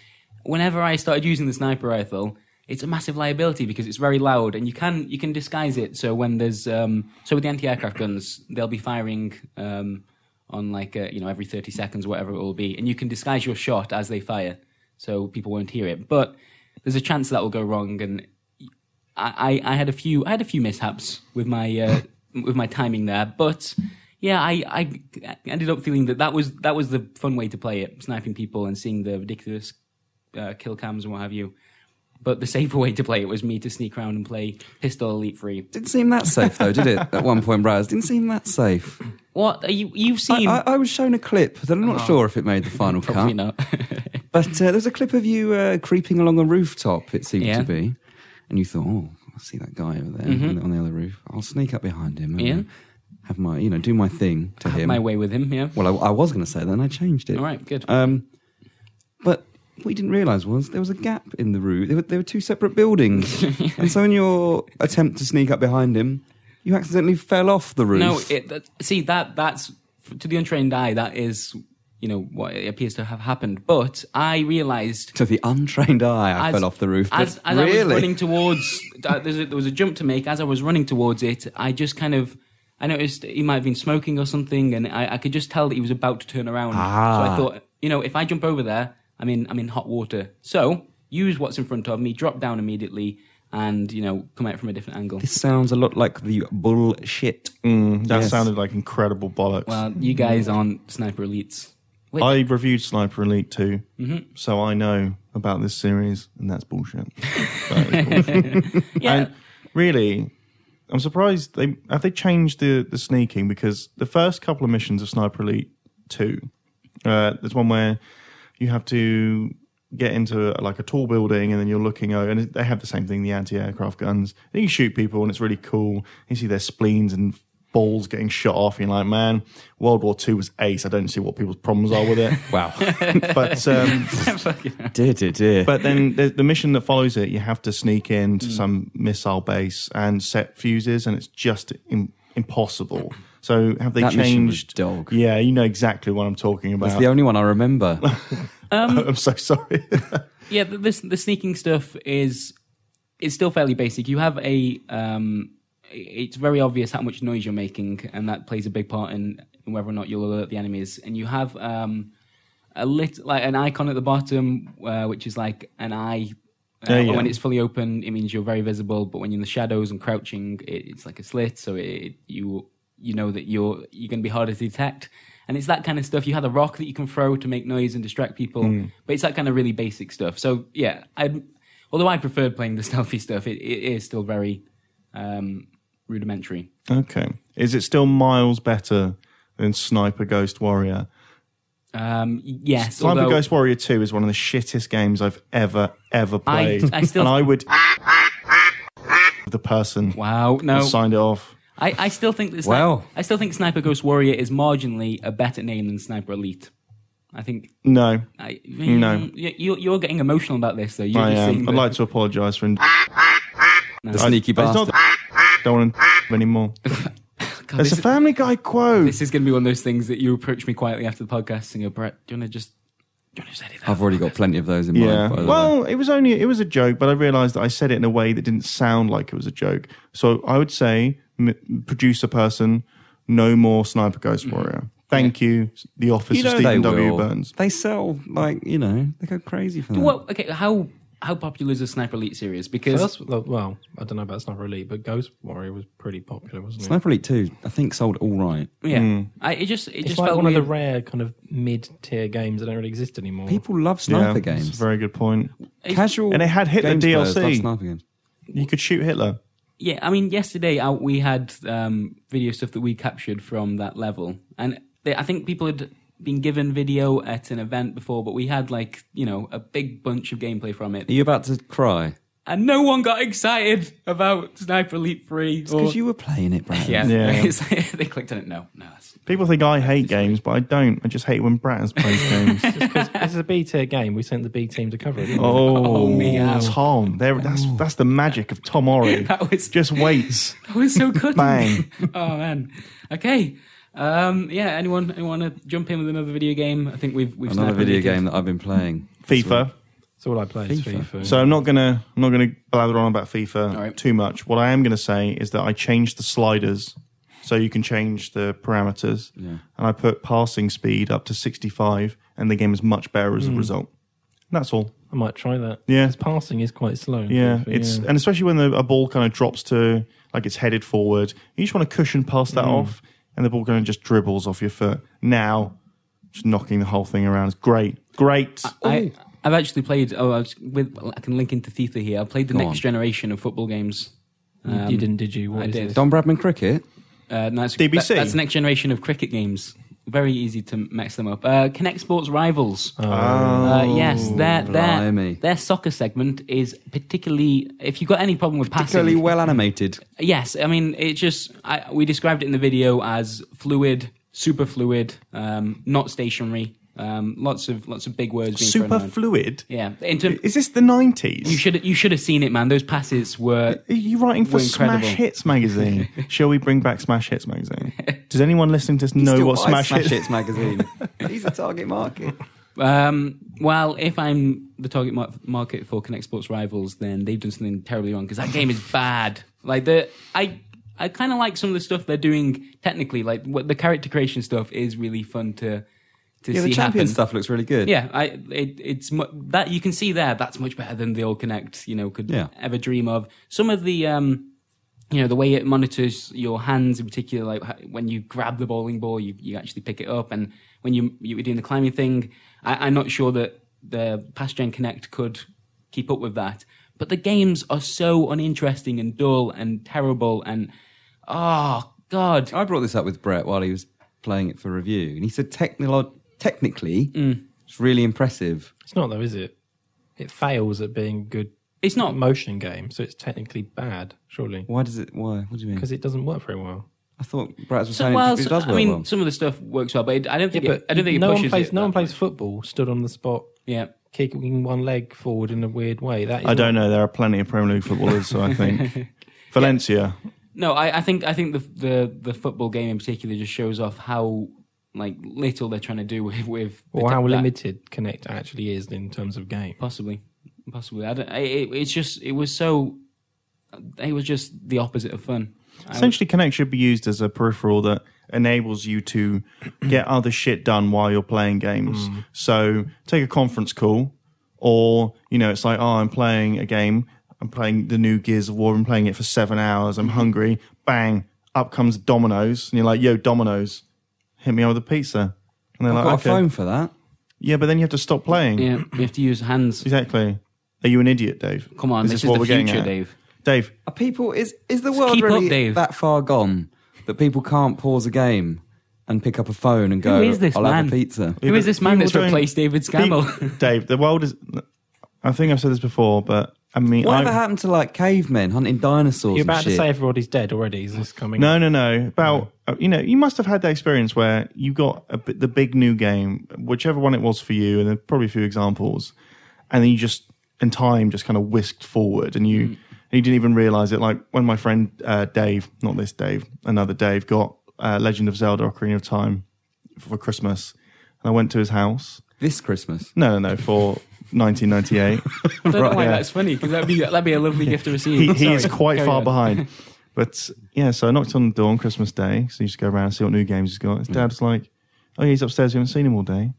[SPEAKER 3] whenever I started using the sniper rifle, it's a massive liability because it's very loud and you can you can disguise it. So when there's um, so with the anti-aircraft guns, they'll be firing um, on like uh you know every thirty seconds, whatever it will be, and you can disguise your shot as they fire, so people won't hear it. But there's a chance that will go wrong, and I, I I had a few I had a few mishaps with my uh, with my timing there, but yeah, I, I ended up feeling that that was that was the fun way to play it, sniping people and seeing the ridiculous uh, kill cams and what have you. But the safer way to play it was me to sneak around and play Pistol Elite Three.
[SPEAKER 2] Didn't seem that safe though, did it? At one point, Raz didn't seem that safe.
[SPEAKER 3] What are you you've
[SPEAKER 2] I,
[SPEAKER 3] seen?
[SPEAKER 2] I, I was shown a clip that I'm not sure if it made the final
[SPEAKER 3] Oh.
[SPEAKER 2] cut,
[SPEAKER 3] Probably not.
[SPEAKER 2] but uh, there's a clip of you uh, creeping along a rooftop. It seemed
[SPEAKER 3] Yeah. Mm-hmm.
[SPEAKER 2] to be, and you thought, oh, I see that guy over there on, the, on the other roof. I'll sneak up behind him. And
[SPEAKER 3] Yeah.
[SPEAKER 2] uh, Have my, you know, do my thing to him.
[SPEAKER 3] My way with him, yeah.
[SPEAKER 2] Well, I, I was going to say that, and I changed it.
[SPEAKER 3] All right, good.
[SPEAKER 2] Um, but what you didn't realise was there was a gap in the roof. There were, there were two separate buildings. and so, in your attempt to sneak up behind him, you accidentally fell off the roof.
[SPEAKER 3] No, it, that, see that that's to the untrained eye that is you know what it appears to have happened. But I realised
[SPEAKER 2] to the untrained eye, I
[SPEAKER 3] as-
[SPEAKER 2] fell off the roof.
[SPEAKER 3] As,
[SPEAKER 2] but
[SPEAKER 3] as
[SPEAKER 2] really?
[SPEAKER 3] I was running towards, uh, there's a, there was a jump to make. As I was running towards it, I just kind of, I noticed he might have been smoking or something, and I, I could just tell that he was about to turn around. So I
[SPEAKER 2] Ah.
[SPEAKER 3] thought, you know, if I jump over there, I'm in, I'm in hot water. So use what's in front of me, drop down immediately, and you know, come out from a different angle.
[SPEAKER 2] this sounds a lot like the bullshit.
[SPEAKER 1] Mm, that
[SPEAKER 2] Yes.
[SPEAKER 1] sounded like incredible bollocks.
[SPEAKER 3] Well, you guys aren't sniper elites. Wait,
[SPEAKER 1] I reviewed Sniper Elite 2, so I know about this series, and that's bullshit. That is bullshit.
[SPEAKER 3] yeah,
[SPEAKER 1] And really, I'm surprised they have they changed the the sneaking because the first couple of missions of Sniper Elite Two, uh, there's one where you have to get into like a tall building and then you're looking over and they have the same thing the anti-aircraft guns and you shoot people and it's really cool you see their spleens and balls getting shot off and you're like man world war ii was ace i don't see what people's problems are with it
[SPEAKER 2] Wow.
[SPEAKER 1] but um
[SPEAKER 2] dear, dear, dear.
[SPEAKER 1] but then the, the mission that follows it, you have to sneak into some missile base and set fuses, and it's just Im- impossible. So have they
[SPEAKER 2] That mission was
[SPEAKER 1] changed?
[SPEAKER 2] dog.
[SPEAKER 1] Yeah, you know exactly what I'm talking
[SPEAKER 2] That's
[SPEAKER 1] about.
[SPEAKER 2] the only one I remember.
[SPEAKER 1] I'm so sorry.
[SPEAKER 3] yeah, the, this the sneaking stuff is it's still fairly basic. You have a um, it's very obvious how much noise you're making, and that plays a big part in whether or not you'll alert the enemies. And you have um, a lit like an icon at the bottom, uh, which is like an eye. Uh,
[SPEAKER 1] Oh, yeah.
[SPEAKER 3] When it's fully open, it means you're very visible. But when you're in the shadows and crouching, it, it's like a slit, so it, you you know that you're you're going to be harder to detect. And it's that kind of stuff. You had a rock that you can throw to make noise and distract people,
[SPEAKER 1] Hmm.
[SPEAKER 3] but it's that kind of really basic stuff. So yeah, I although I preferred playing the stealthy stuff, it, it is still very um, rudimentary.
[SPEAKER 1] okay, is it still miles better than Sniper Ghost Warrior?
[SPEAKER 3] Um, yes,
[SPEAKER 1] Sniper
[SPEAKER 3] although
[SPEAKER 1] Ghost Warrior Two is one of the shittest games I've ever ever
[SPEAKER 3] I-
[SPEAKER 1] played,
[SPEAKER 3] I still-
[SPEAKER 1] and I would the person
[SPEAKER 3] wow, no,
[SPEAKER 1] who signed it off.
[SPEAKER 3] I, I still think that Sni-
[SPEAKER 2] Wow.
[SPEAKER 3] I still think Sniper Ghost Warrior is marginally a better name than Sniper Elite. I think
[SPEAKER 1] No,
[SPEAKER 3] I,
[SPEAKER 1] No.
[SPEAKER 3] you, you- you're getting emotional about this, though. You're
[SPEAKER 1] I
[SPEAKER 3] just
[SPEAKER 1] am.
[SPEAKER 3] saying
[SPEAKER 1] I'd
[SPEAKER 3] that-
[SPEAKER 1] like to apologise for.
[SPEAKER 2] the sneaky
[SPEAKER 1] It's not
[SPEAKER 2] bastard.
[SPEAKER 1] don't want to anymore.
[SPEAKER 3] God,
[SPEAKER 1] It's
[SPEAKER 3] this,
[SPEAKER 1] a Family Guy quote.
[SPEAKER 3] this is going to be one of those things that you approach me quietly after the podcast and go, Brett, do you want to just You already said it.
[SPEAKER 2] I've already got plenty of those in
[SPEAKER 1] Yeah.
[SPEAKER 2] mind. By the way.
[SPEAKER 1] Well, it was only it was a joke, but I realised that I said it in a way that didn't sound like it was a joke. So I would say, m- producer person, no more Sniper Ghost Warrior. Thank you, The Office
[SPEAKER 2] Mm-hmm. You
[SPEAKER 1] of
[SPEAKER 2] know
[SPEAKER 1] Stephen
[SPEAKER 2] they
[SPEAKER 1] W.
[SPEAKER 2] will.
[SPEAKER 1] Burns.
[SPEAKER 2] They sell like you know they go crazy for that.
[SPEAKER 3] Well, okay. How how popular is the Sniper Elite series? Because
[SPEAKER 4] That's, well, I don't know about Sniper Elite, but Ghost Warrior was pretty popular, wasn't it?
[SPEAKER 2] Sniper Elite Two, I think, sold all right.
[SPEAKER 3] yeah,
[SPEAKER 1] Hmm.
[SPEAKER 3] I, it just it
[SPEAKER 4] it's
[SPEAKER 3] just
[SPEAKER 4] like
[SPEAKER 3] felt
[SPEAKER 4] one of
[SPEAKER 3] weird.
[SPEAKER 4] the rare kind of mid-tier games that don't really exist anymore.
[SPEAKER 2] People love sniper
[SPEAKER 1] yeah, That's
[SPEAKER 2] games.
[SPEAKER 1] a very good point.
[SPEAKER 2] Casual
[SPEAKER 1] And it had hit the
[SPEAKER 2] games players
[SPEAKER 1] DLC.
[SPEAKER 2] love sniper games.
[SPEAKER 1] You could shoot Hitler.
[SPEAKER 3] Yeah, I mean, yesterday I, we had um, video stuff that we captured from that level, and they, I think people had been given video at an event before, but we had like you know a big bunch of gameplay from it,
[SPEAKER 2] Are you about to cry?
[SPEAKER 3] and no one got excited about Sniper Elite Three. or-
[SPEAKER 2] Because you were playing it, Brad.
[SPEAKER 3] yeah,
[SPEAKER 1] Yeah.
[SPEAKER 3] It's like, they clicked on it. No, no, that's,
[SPEAKER 1] People think I hate games, but I don't. I just hate when Bratters plays games.
[SPEAKER 4] this is a B-tier game. We sent the B team to cover it. didn't we?
[SPEAKER 1] Oh,
[SPEAKER 3] meow.
[SPEAKER 1] Tom! There, that's that's the magic of Tom Ori.
[SPEAKER 3] That was-
[SPEAKER 1] just waits.
[SPEAKER 3] that was so good.
[SPEAKER 1] Bang.
[SPEAKER 3] oh man. Okay. Um, yeah. Anyone? Anyone want to jump in with another video game? I think we've we've
[SPEAKER 2] Another
[SPEAKER 3] Sniper
[SPEAKER 2] video
[SPEAKER 3] Elite'd.
[SPEAKER 2] game that I've been playing.
[SPEAKER 1] FIFA.
[SPEAKER 4] That's all I play is
[SPEAKER 2] FIFA.
[SPEAKER 4] FIFA.
[SPEAKER 1] So I'm not gonna I'm not gonna blather on about FIFA
[SPEAKER 3] All right.
[SPEAKER 1] too much. What I am gonna say is that I changed the sliders so you can change the parameters,
[SPEAKER 2] Yeah.
[SPEAKER 1] and I put passing speed up to 65, and the game is much better as a result. And that's all.
[SPEAKER 4] I might try that.
[SPEAKER 1] Yeah.
[SPEAKER 4] 'Cause passing is quite slow. in
[SPEAKER 1] Yeah,
[SPEAKER 4] FIFA,
[SPEAKER 1] it's and especially when the, a ball kind of drops to like it's headed forward, you just want to cushion past that off, and the ball kind of just dribbles off your foot. Now, just knocking the whole thing around is great, great.
[SPEAKER 3] I, I've actually played. Oh, I, was with, I can link into FIFA here. I played the
[SPEAKER 2] Go
[SPEAKER 3] next
[SPEAKER 2] on.
[SPEAKER 3] generation of football games.
[SPEAKER 4] You- you didn't, did you? What
[SPEAKER 3] um, I
[SPEAKER 4] is
[SPEAKER 3] did.
[SPEAKER 4] this?
[SPEAKER 2] Don Bradman Cricket.
[SPEAKER 3] Uh, no, that's,
[SPEAKER 1] DBC.
[SPEAKER 3] that- that's the next generation of cricket games. Very easy to mess them up. Uh, Connect Sports Rivals. uh, yes, their, their,
[SPEAKER 2] Oh. blimey.
[SPEAKER 3] their soccer segment is particularly. If you've got any problem with
[SPEAKER 2] Particularly
[SPEAKER 3] passing,
[SPEAKER 2] well animated.
[SPEAKER 3] yes, I mean it just. I, we described it in the video as fluid, super fluid, um, not stationary. Um, lots of lots of big words. Being thrown
[SPEAKER 1] Super
[SPEAKER 3] around.
[SPEAKER 1] fluid.
[SPEAKER 3] Yeah, in term,
[SPEAKER 1] Is this the 90s?
[SPEAKER 3] You should you should have seen it, man. Those passes were
[SPEAKER 1] Are you writing for
[SPEAKER 3] We're incredible.
[SPEAKER 1] Smash Hits magazine? Shall we bring back Smash Hits magazine? Does anyone listening to this know
[SPEAKER 2] Still
[SPEAKER 1] what
[SPEAKER 2] buy
[SPEAKER 1] Smash,
[SPEAKER 2] Smash
[SPEAKER 1] Hits?
[SPEAKER 2] Hits magazine. He's a target market.
[SPEAKER 3] um, well. If I'm the target mar- market for Connect Sports rivals, then they've done something terribly wrong because that game is bad. Like the I I kind of like some of the stuff they're doing technically. Like what the character creation stuff is really fun to to
[SPEAKER 2] Yeah,
[SPEAKER 3] see
[SPEAKER 2] the champion
[SPEAKER 3] happen.
[SPEAKER 2] stuff looks really good.
[SPEAKER 3] Yeah, I it, it's mu- that you can see there. That's much better than the old Connect. You know, could
[SPEAKER 2] Yeah.
[SPEAKER 3] ever dream of. Some of the, um, you know, the way it monitors your hands in particular, like ha- when you grab the bowling ball, you, you actually pick it up, and when you you were doing the climbing thing, I, I'm not sure that the past gen Connect could keep up with that. But the games are so uninteresting and dull and terrible, and oh god,
[SPEAKER 2] I brought this up with Brett while he was playing it for review, and he said technolo- technically, it's really impressive.
[SPEAKER 4] It's not though, is it? It fails at being a good.
[SPEAKER 3] It's not-
[SPEAKER 4] motion game, so it's technically bad, surely,
[SPEAKER 2] Why does it? Why? What do you mean?
[SPEAKER 4] because it doesn't work very well.
[SPEAKER 2] I thought Brett was
[SPEAKER 3] So,
[SPEAKER 2] saying
[SPEAKER 3] well,
[SPEAKER 2] it,
[SPEAKER 3] so-
[SPEAKER 2] does
[SPEAKER 3] I
[SPEAKER 2] work
[SPEAKER 3] mean,
[SPEAKER 2] well.
[SPEAKER 3] some of the stuff works well, but it, I don't think
[SPEAKER 4] Yeah,
[SPEAKER 3] it, I don't think it
[SPEAKER 4] no
[SPEAKER 3] pushes
[SPEAKER 4] one plays.
[SPEAKER 3] it
[SPEAKER 4] no
[SPEAKER 3] that
[SPEAKER 4] one plays
[SPEAKER 3] much.
[SPEAKER 4] football, stood on the spot,
[SPEAKER 3] Yeah.
[SPEAKER 4] kicking one leg forward in a weird way. That is
[SPEAKER 1] I don't know. There are plenty of Premier League footballers, so I think Valencia.
[SPEAKER 3] No, I, I think I think the, the the football game in particular just shows off how like little they're trying to do with with
[SPEAKER 4] Or how
[SPEAKER 3] that-
[SPEAKER 4] limited Connect actually is in terms of game.
[SPEAKER 3] possibly possibly. I don't, I, it, it's just it was so it was just the opposite of fun. I-
[SPEAKER 1] Essentially, Connect should be used as a peripheral that enables you to get other shit done while you're playing games.
[SPEAKER 3] Mm.
[SPEAKER 1] So take a conference call, or you know, it's like, oh, I'm playing a game. I'm playing the new Gears of War. I'm playing it for seven hours. I'm hungry. Bang! Up comes Domino's, and you're like, yo, Domino's, hit me up with a pizza. And they're
[SPEAKER 2] I've got
[SPEAKER 1] like,
[SPEAKER 2] a
[SPEAKER 1] Oh, okay,
[SPEAKER 2] phone for that.
[SPEAKER 1] yeah, but then you have to stop playing.
[SPEAKER 3] yeah, you have to use hands.
[SPEAKER 1] Exactly. Are you an idiot, Dave?
[SPEAKER 3] Come on, this is the
[SPEAKER 1] getting
[SPEAKER 3] future,
[SPEAKER 1] at?
[SPEAKER 3] Dave.
[SPEAKER 1] Dave,
[SPEAKER 2] Are people is is the world
[SPEAKER 3] keep up,
[SPEAKER 2] really
[SPEAKER 3] Dave.
[SPEAKER 2] that far gone that people can't pause a game and pick up a phone and go?
[SPEAKER 3] Who is this
[SPEAKER 2] I'll
[SPEAKER 3] man?
[SPEAKER 2] have a pizza.
[SPEAKER 3] Who is this man
[SPEAKER 1] People
[SPEAKER 3] that's
[SPEAKER 1] don't-
[SPEAKER 3] replaced David Scammell?
[SPEAKER 1] Pe- Dave, the world is. I think I've said this before, but I mean,
[SPEAKER 2] Whatever
[SPEAKER 1] I,
[SPEAKER 2] happened to like cavemen hunting dinosaurs?
[SPEAKER 4] You're
[SPEAKER 2] and
[SPEAKER 4] about to
[SPEAKER 2] shit?
[SPEAKER 4] say everybody's dead already. Is this coming?
[SPEAKER 1] no, no, no. About uh, you know, you must have had that experience where you got a, bit- the big new game, whichever one it was for you, and there are probably a few examples, and then you just in time just kind of whisked forward, and
[SPEAKER 3] Hmm.
[SPEAKER 1] you and you didn't even realize it. Like when my friend uh, Dave, not this Dave, another Dave, got uh, Legend of Zelda: Ocarina of Time for Christmas. and I went to his house.
[SPEAKER 2] This Christmas.
[SPEAKER 1] No, no, no, for 1998.
[SPEAKER 3] I don't know why
[SPEAKER 1] yeah.
[SPEAKER 3] that's funny because that'd be that'd be a lovely gift to receive.
[SPEAKER 1] he, he is
[SPEAKER 3] Sorry,
[SPEAKER 1] quite
[SPEAKER 3] carry
[SPEAKER 1] far
[SPEAKER 3] on.
[SPEAKER 1] behind. But yeah, so I knocked on the door on Christmas Day. So you just go around and see what new games he's got. His dad's like, "Oh, yeah, he's upstairs. We haven't seen him all day."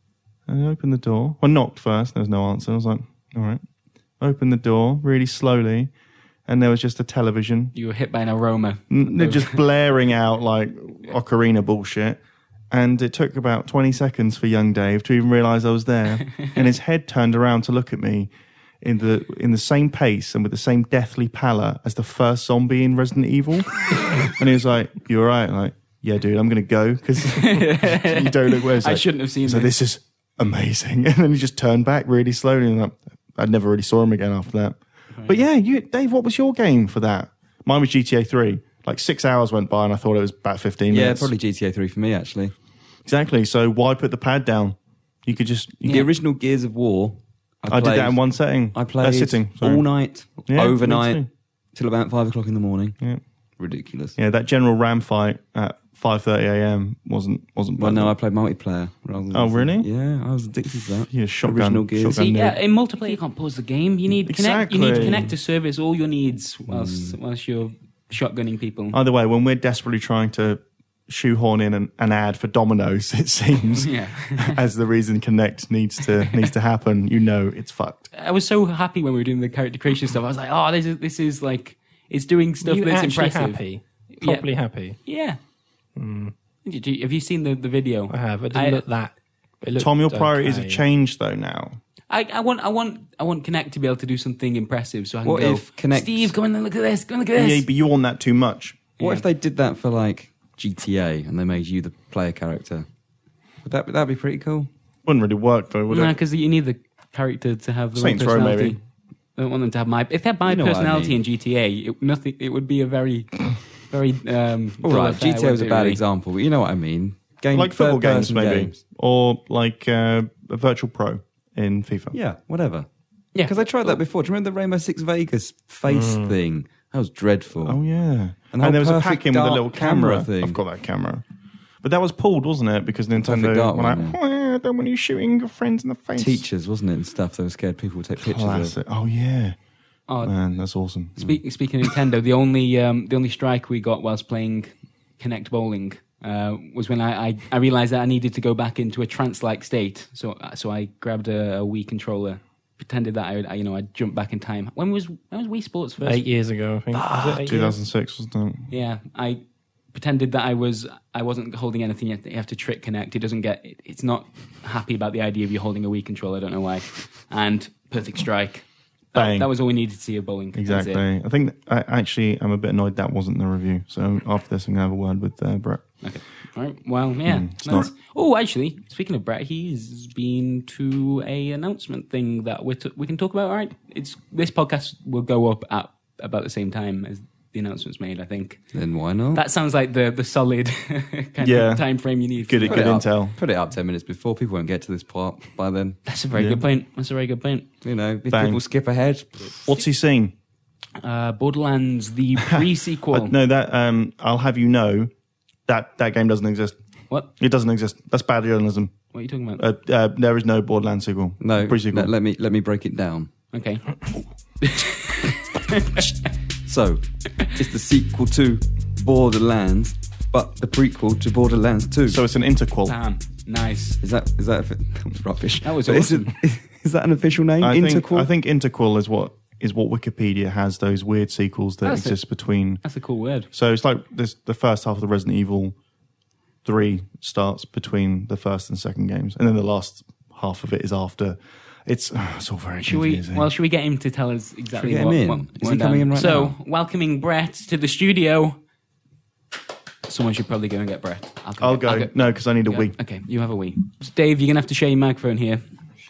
[SPEAKER 1] And I opened the door. Well, knocked first. There was no answer. I was like, "All right." Opened the door really slowly, and there was just a television.
[SPEAKER 3] You were hit by an aroma.
[SPEAKER 1] N- They're just blaring out like ocarina bullshit. And it took about 20 seconds for young Dave to even realize I was there. and his head turned around to look at me in the in the same pace and with the same deathly pallor as the first zombie in Resident Evil. and he was like, You all right? I'm like, yeah, dude, I'm going to go because you don't look well. He's
[SPEAKER 3] I
[SPEAKER 1] like,
[SPEAKER 3] shouldn't have seen
[SPEAKER 1] so
[SPEAKER 3] this.
[SPEAKER 1] this is amazing. And then he just turned back really slowly, and I, I never really saw him again after that.
[SPEAKER 2] Oh,
[SPEAKER 1] But yeah, you Dave, what was your game for that? Mine was GTA Three. Like six hours went by, and I thought it was about fifteen
[SPEAKER 2] Yeah,
[SPEAKER 1] minutes.
[SPEAKER 2] probably GTA 3 for me, actually.
[SPEAKER 1] exactly. So why put the pad down? You could just. You
[SPEAKER 2] The
[SPEAKER 1] could-
[SPEAKER 2] original Gears of War.
[SPEAKER 1] I, did that in one setting.
[SPEAKER 2] I
[SPEAKER 1] Uh,
[SPEAKER 2] played
[SPEAKER 1] sitting sorry.
[SPEAKER 2] all night,
[SPEAKER 1] Yeah, me
[SPEAKER 2] overnight,
[SPEAKER 1] too.
[SPEAKER 2] till about five o'clock in the morning.
[SPEAKER 1] Yeah.
[SPEAKER 2] Ridiculous.
[SPEAKER 1] Yeah, that general ram fight at five thirty a.m. wasn't wasn't.
[SPEAKER 2] Well,
[SPEAKER 1] bad.
[SPEAKER 2] no, I played multiplayer. rather than-
[SPEAKER 1] Oh, really?
[SPEAKER 2] Yeah, I was addicted to that.
[SPEAKER 1] yeah, shotgun.
[SPEAKER 2] Original Gears.
[SPEAKER 1] shotgun
[SPEAKER 3] See,
[SPEAKER 1] nuke.
[SPEAKER 3] yeah, in multiplayer you can't pause the game. You need connect. You need to
[SPEAKER 1] Exactly.
[SPEAKER 3] connect to service all your needs whilst whilst you're shotgunning people.
[SPEAKER 1] Either way, when we're desperately trying to shoehorn in an, an ad for Domino's, it seems
[SPEAKER 3] Yeah.
[SPEAKER 1] as the reason Connect needs to needs to happen, you know it's fucked.
[SPEAKER 3] I was so happy when we were doing the character creation stuff. I was like, oh, this is this is like it's doing stuff
[SPEAKER 4] you
[SPEAKER 3] that's
[SPEAKER 4] actually
[SPEAKER 3] impressive.
[SPEAKER 4] happy?
[SPEAKER 3] Yeah.
[SPEAKER 4] Properly happy.
[SPEAKER 3] Yeah.
[SPEAKER 2] Hmm.
[SPEAKER 3] Did you- have you seen the, the video?
[SPEAKER 4] I have. It didn't look that. It looked
[SPEAKER 1] Tom, your priorities
[SPEAKER 4] okay.
[SPEAKER 1] have changed though now.
[SPEAKER 3] I, I want I want I want Connect to be able to do something impressive. So I can
[SPEAKER 2] What
[SPEAKER 3] go,
[SPEAKER 2] if Kinect- E
[SPEAKER 3] Steve, come and look at this. Come and look at
[SPEAKER 1] Yeah,
[SPEAKER 3] this.
[SPEAKER 1] E but you want that too much.
[SPEAKER 2] What if they did that for like GTA and they made you the player character? Would that would that be pretty cool?
[SPEAKER 1] Wouldn't really work though, would
[SPEAKER 3] No,
[SPEAKER 1] it?
[SPEAKER 3] because you need the character to have the right
[SPEAKER 1] Saints Row,
[SPEAKER 3] personality.
[SPEAKER 1] maybe.
[SPEAKER 3] I don't want them to have my. If they had my
[SPEAKER 2] You know what I
[SPEAKER 3] personality
[SPEAKER 2] mean.
[SPEAKER 3] in GTA, it, nothing. It would be a very, very. Um,
[SPEAKER 2] All
[SPEAKER 3] dull
[SPEAKER 2] right, GTA
[SPEAKER 3] affair,
[SPEAKER 2] was a
[SPEAKER 3] wouldn't it,
[SPEAKER 2] bad
[SPEAKER 3] really?
[SPEAKER 2] example, but you know what I mean. Game
[SPEAKER 1] Like football games,
[SPEAKER 2] third-person
[SPEAKER 1] maybe,
[SPEAKER 2] games.
[SPEAKER 1] or like uh, a virtual pro in FIFA.
[SPEAKER 2] Yeah, whatever.
[SPEAKER 3] Yeah,
[SPEAKER 2] Because I tried that before. Do you remember the Rainbow Six Vegas face thing? That was dreadful.
[SPEAKER 1] Mm. Oh yeah, and,
[SPEAKER 2] And the whole
[SPEAKER 1] there was a
[SPEAKER 2] perfect
[SPEAKER 1] pack in with a
[SPEAKER 2] dark
[SPEAKER 1] little camera.
[SPEAKER 2] camera thing.
[SPEAKER 1] I've got that camera, but that was pulled, wasn't it? Because Nintendo
[SPEAKER 2] dark
[SPEAKER 1] were
[SPEAKER 2] one,
[SPEAKER 1] like, "Oh, I don't want you shooting your friends in the face.
[SPEAKER 2] Teachers, wasn't it, and stuff. They were scared people would take pictures of.
[SPEAKER 1] Classic. Oh yeah,
[SPEAKER 3] Oh.
[SPEAKER 1] man, that's awesome.
[SPEAKER 3] Speak, speaking of Nintendo, the only um, the only strike we got whilst playing Connect Bowling uh, was when I, I, I realized that I needed to go back into a trance-like state. So uh, so I grabbed a, a Wii controller, pretended that I, would- I you know I jumped back in time. When was when was Wii Sports first?
[SPEAKER 4] Eight years ago, I think. Was it eight years?
[SPEAKER 1] 2006 wasn't it?
[SPEAKER 3] Yeah, I pretended that I was I wasn't holding anything. You have to- you have to trick Connect. It doesn't get. It, it's not happy about the idea of you holding a Wii controller. I don't know why. And perfect strike. That-
[SPEAKER 1] Bang.
[SPEAKER 3] That, was all we needed to see of bowling. That's it.
[SPEAKER 1] Exactly. I think I actually I'm a bit annoyed that wasn't the review. So after this, I'm gonna have a word with uh, Brett.
[SPEAKER 3] Okay. All right. Well, yeah.
[SPEAKER 1] Hmm, it's
[SPEAKER 3] that's- Oh, actually, speaking of Brett, he's been to a announcement thing that we we can talk about. All right. It's this podcast will go up at about the same time as the announcement's made. I think
[SPEAKER 2] Then why not?
[SPEAKER 3] that sounds like the the solid kind
[SPEAKER 1] Yeah.
[SPEAKER 3] of time frame you need.
[SPEAKER 1] Good,
[SPEAKER 2] Put
[SPEAKER 1] good
[SPEAKER 2] it up-
[SPEAKER 1] intel.
[SPEAKER 2] Put it up ten minutes before. People won't get to this part by then.
[SPEAKER 3] That's a very good point. That's a very good point.
[SPEAKER 2] You know, if
[SPEAKER 1] Bang.
[SPEAKER 2] people skip ahead.
[SPEAKER 1] What's he seen?
[SPEAKER 3] Uh, Borderlands, the
[SPEAKER 1] Uh,
[SPEAKER 3] pre-sequel.
[SPEAKER 1] no, that um, I'll have you know that that game doesn't exist.
[SPEAKER 3] What?
[SPEAKER 1] It doesn't exist. That's bad journalism.
[SPEAKER 3] What are you talking about?
[SPEAKER 1] Uh, uh, there is no Borderlands sequel.
[SPEAKER 2] No,
[SPEAKER 1] pre-sequel.
[SPEAKER 2] let, let me let me break it down.
[SPEAKER 3] Okay.
[SPEAKER 2] So, it's the sequel to Borderlands, but the prequel to Borderlands 2.
[SPEAKER 1] so it's an interquel.
[SPEAKER 3] Damn. Nice.
[SPEAKER 2] is that is that a, that was rubbish?
[SPEAKER 3] That was
[SPEAKER 2] But is
[SPEAKER 3] awesome.
[SPEAKER 2] it- is that an official name?
[SPEAKER 1] I think
[SPEAKER 2] Interquel?
[SPEAKER 1] I think interquel is what is what Wikipedia has those weird sequels that
[SPEAKER 3] That's it.
[SPEAKER 1] exist between.
[SPEAKER 3] That's a cool word.
[SPEAKER 1] So it's like this, the first half of the Resident Evil three starts between the first and second games, and then the last half of it is after. It's oh, it's all very
[SPEAKER 3] Should we?
[SPEAKER 1] confusing.
[SPEAKER 3] Well, should we get him to tell us exactly
[SPEAKER 2] Should we get
[SPEAKER 3] what,
[SPEAKER 2] him
[SPEAKER 3] what-
[SPEAKER 2] in? Is
[SPEAKER 3] what
[SPEAKER 2] he coming
[SPEAKER 3] done?
[SPEAKER 2] in right
[SPEAKER 3] so,
[SPEAKER 2] now?
[SPEAKER 3] welcoming Brett to the studio. Someone should probably go and get Brett.
[SPEAKER 1] I'll go. No, because I need a
[SPEAKER 3] Go.
[SPEAKER 1] week.
[SPEAKER 3] Okay, you have a wee. So, Dave, you're gonna have to share your microphone here.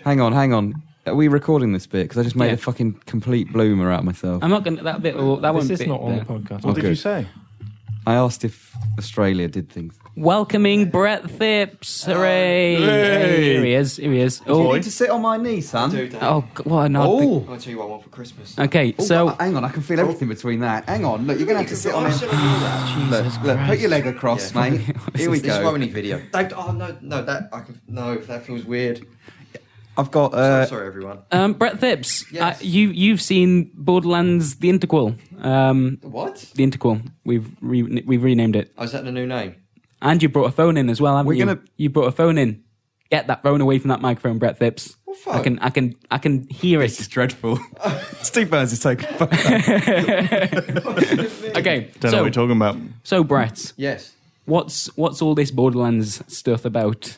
[SPEAKER 2] hang on, hang on. Are we recording this bit? Because I just made
[SPEAKER 3] Yeah. Um,
[SPEAKER 2] a fucking complete bloomer out of myself.
[SPEAKER 3] I'm not gonna that bit. Will, that
[SPEAKER 4] This
[SPEAKER 3] won't
[SPEAKER 4] is
[SPEAKER 3] fit
[SPEAKER 4] not on
[SPEAKER 3] there.
[SPEAKER 4] the podcast.
[SPEAKER 1] What did
[SPEAKER 2] Okay.
[SPEAKER 1] you say?
[SPEAKER 2] I asked if Australia did things.
[SPEAKER 3] welcoming Brett Phipps. Hooray!
[SPEAKER 1] Hey.
[SPEAKER 3] Here he is. Here he is. Oh,
[SPEAKER 1] Boy.
[SPEAKER 2] Need to sit on my knee, son.
[SPEAKER 5] Do that.
[SPEAKER 3] oh g- what an odd thing.
[SPEAKER 2] Oh,
[SPEAKER 5] I'll tell you what I want for Christmas.
[SPEAKER 3] Okay, so
[SPEAKER 2] oh, hang on, I can feel everything between that. Hang on, look, you're gonna have to sit on
[SPEAKER 5] I'm
[SPEAKER 2] it.
[SPEAKER 5] sure I know that.
[SPEAKER 2] Look, look, put your leg across,
[SPEAKER 5] Yeah.
[SPEAKER 2] mate. Here we
[SPEAKER 5] This is why
[SPEAKER 2] go.
[SPEAKER 5] we need video. Don't, oh no, no, that I can. No, that feels weird.
[SPEAKER 2] I've got.
[SPEAKER 5] So-
[SPEAKER 2] Uh,
[SPEAKER 5] sorry, everyone.
[SPEAKER 3] um, Brett Phipps,
[SPEAKER 5] Yes.
[SPEAKER 3] uh, you you've seen Borderlands: The Interquel. Um,
[SPEAKER 5] What?
[SPEAKER 3] the Interquel. We've re- we've renamed it,
[SPEAKER 5] Oh, is that the new name?
[SPEAKER 3] and you brought a phone in as well, haven't
[SPEAKER 2] We're
[SPEAKER 3] you?
[SPEAKER 2] gonna-
[SPEAKER 3] You brought a phone in. Get that phone away from that microphone, Brett Phipps.
[SPEAKER 5] What phone?
[SPEAKER 3] I can I can I can hear it.
[SPEAKER 2] It's dreadful. Steve Burns is taking.
[SPEAKER 3] Okay,
[SPEAKER 1] Don't know
[SPEAKER 3] so
[SPEAKER 1] what we're talking about.
[SPEAKER 3] so Brett,
[SPEAKER 5] Yes.
[SPEAKER 3] what's what's all this Borderlands stuff about?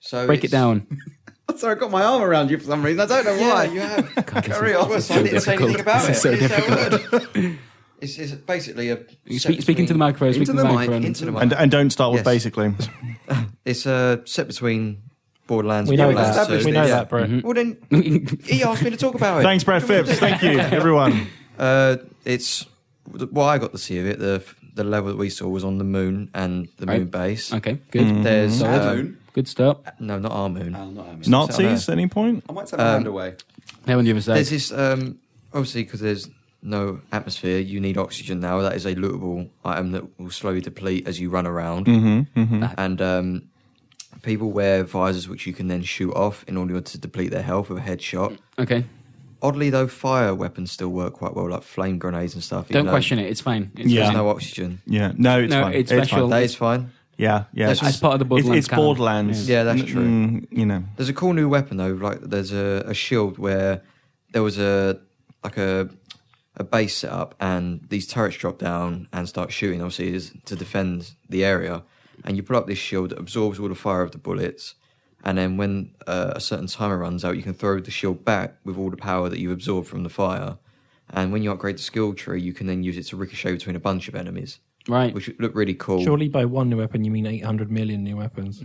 [SPEAKER 5] So
[SPEAKER 3] Break it
[SPEAKER 5] it's-
[SPEAKER 3] down.
[SPEAKER 2] Sorry, I got my arm around you for some reason. I don't know
[SPEAKER 5] Yeah,
[SPEAKER 2] why.
[SPEAKER 5] you have.
[SPEAKER 3] God, this
[SPEAKER 2] Carry
[SPEAKER 3] is-
[SPEAKER 2] on.
[SPEAKER 5] Well, so I didn't say anything about
[SPEAKER 3] This
[SPEAKER 5] it.
[SPEAKER 3] is so
[SPEAKER 5] I didn't say a word. It's, it's basically a.
[SPEAKER 3] Speak, speak into the microphone. Speak
[SPEAKER 2] Into
[SPEAKER 3] into
[SPEAKER 2] the
[SPEAKER 3] the,
[SPEAKER 2] mic,
[SPEAKER 3] microphone.
[SPEAKER 5] Into the mic.
[SPEAKER 1] And, and don't start with
[SPEAKER 5] Yes.
[SPEAKER 1] basically.
[SPEAKER 5] It's a set between Borderlands.
[SPEAKER 4] We
[SPEAKER 5] and
[SPEAKER 4] know
[SPEAKER 5] Borderlands
[SPEAKER 4] that.
[SPEAKER 5] two.
[SPEAKER 4] We know
[SPEAKER 5] Yeah.
[SPEAKER 4] that, Brett.
[SPEAKER 5] Well then, he asked me to talk about it.
[SPEAKER 1] Thanks, Brad Phipps. Thank you, everyone.
[SPEAKER 5] Uh, it's well, I got to see of it. The the level that we saw was on the moon and the
[SPEAKER 3] Right.
[SPEAKER 5] moon base.
[SPEAKER 3] okay, good,
[SPEAKER 1] Mm-hmm.
[SPEAKER 5] There's uh,
[SPEAKER 3] good start.
[SPEAKER 5] No, not our moon.
[SPEAKER 3] Uh,
[SPEAKER 1] Nazis at any point?
[SPEAKER 2] I might take my hand away.
[SPEAKER 3] Now on the other side.
[SPEAKER 5] There's this um, obviously because there's no atmosphere. You need oxygen now. That is a lootable item that will slowly deplete as you run around.
[SPEAKER 3] Mm.
[SPEAKER 1] Mm-hmm, mm-hmm.
[SPEAKER 5] And um, people wear visors which you can then shoot off in order to deplete their health with a headshot.
[SPEAKER 3] Okay,
[SPEAKER 5] Oddly though, fire weapons still work quite well, like flame grenades and stuff. even
[SPEAKER 3] don't
[SPEAKER 5] though
[SPEAKER 3] question it. It's fine. It's
[SPEAKER 1] Yeah.
[SPEAKER 5] There's
[SPEAKER 3] fine.
[SPEAKER 5] no oxygen.
[SPEAKER 1] Yeah. No, it's
[SPEAKER 3] No,
[SPEAKER 1] fine.
[SPEAKER 3] it's
[SPEAKER 1] fine.
[SPEAKER 3] special.
[SPEAKER 5] That is fine.
[SPEAKER 1] Yeah, yeah.
[SPEAKER 5] That's
[SPEAKER 3] It's part of the Borderlands.
[SPEAKER 1] It's, it's
[SPEAKER 3] canon.
[SPEAKER 1] Borderlands.
[SPEAKER 5] Yeah, that's
[SPEAKER 1] Mm,
[SPEAKER 5] true.
[SPEAKER 1] mm, you know.
[SPEAKER 5] There's a cool new weapon though. Like there's a, a shield where there was a like a a base set up, and these turrets drop down and start shooting. Obviously, is to defend the area, and you pull up this shield that absorbs all the fire of the bullets. And then when uh, a certain timer runs out, you can throw the shield back with all the power that you've absorbed from the fire. And when you upgrade the skill tree, you can then use it to ricochet between a bunch of enemies,
[SPEAKER 3] Right.
[SPEAKER 5] which look really cool.
[SPEAKER 4] Surely by one new weapon you mean 800 million new weapons.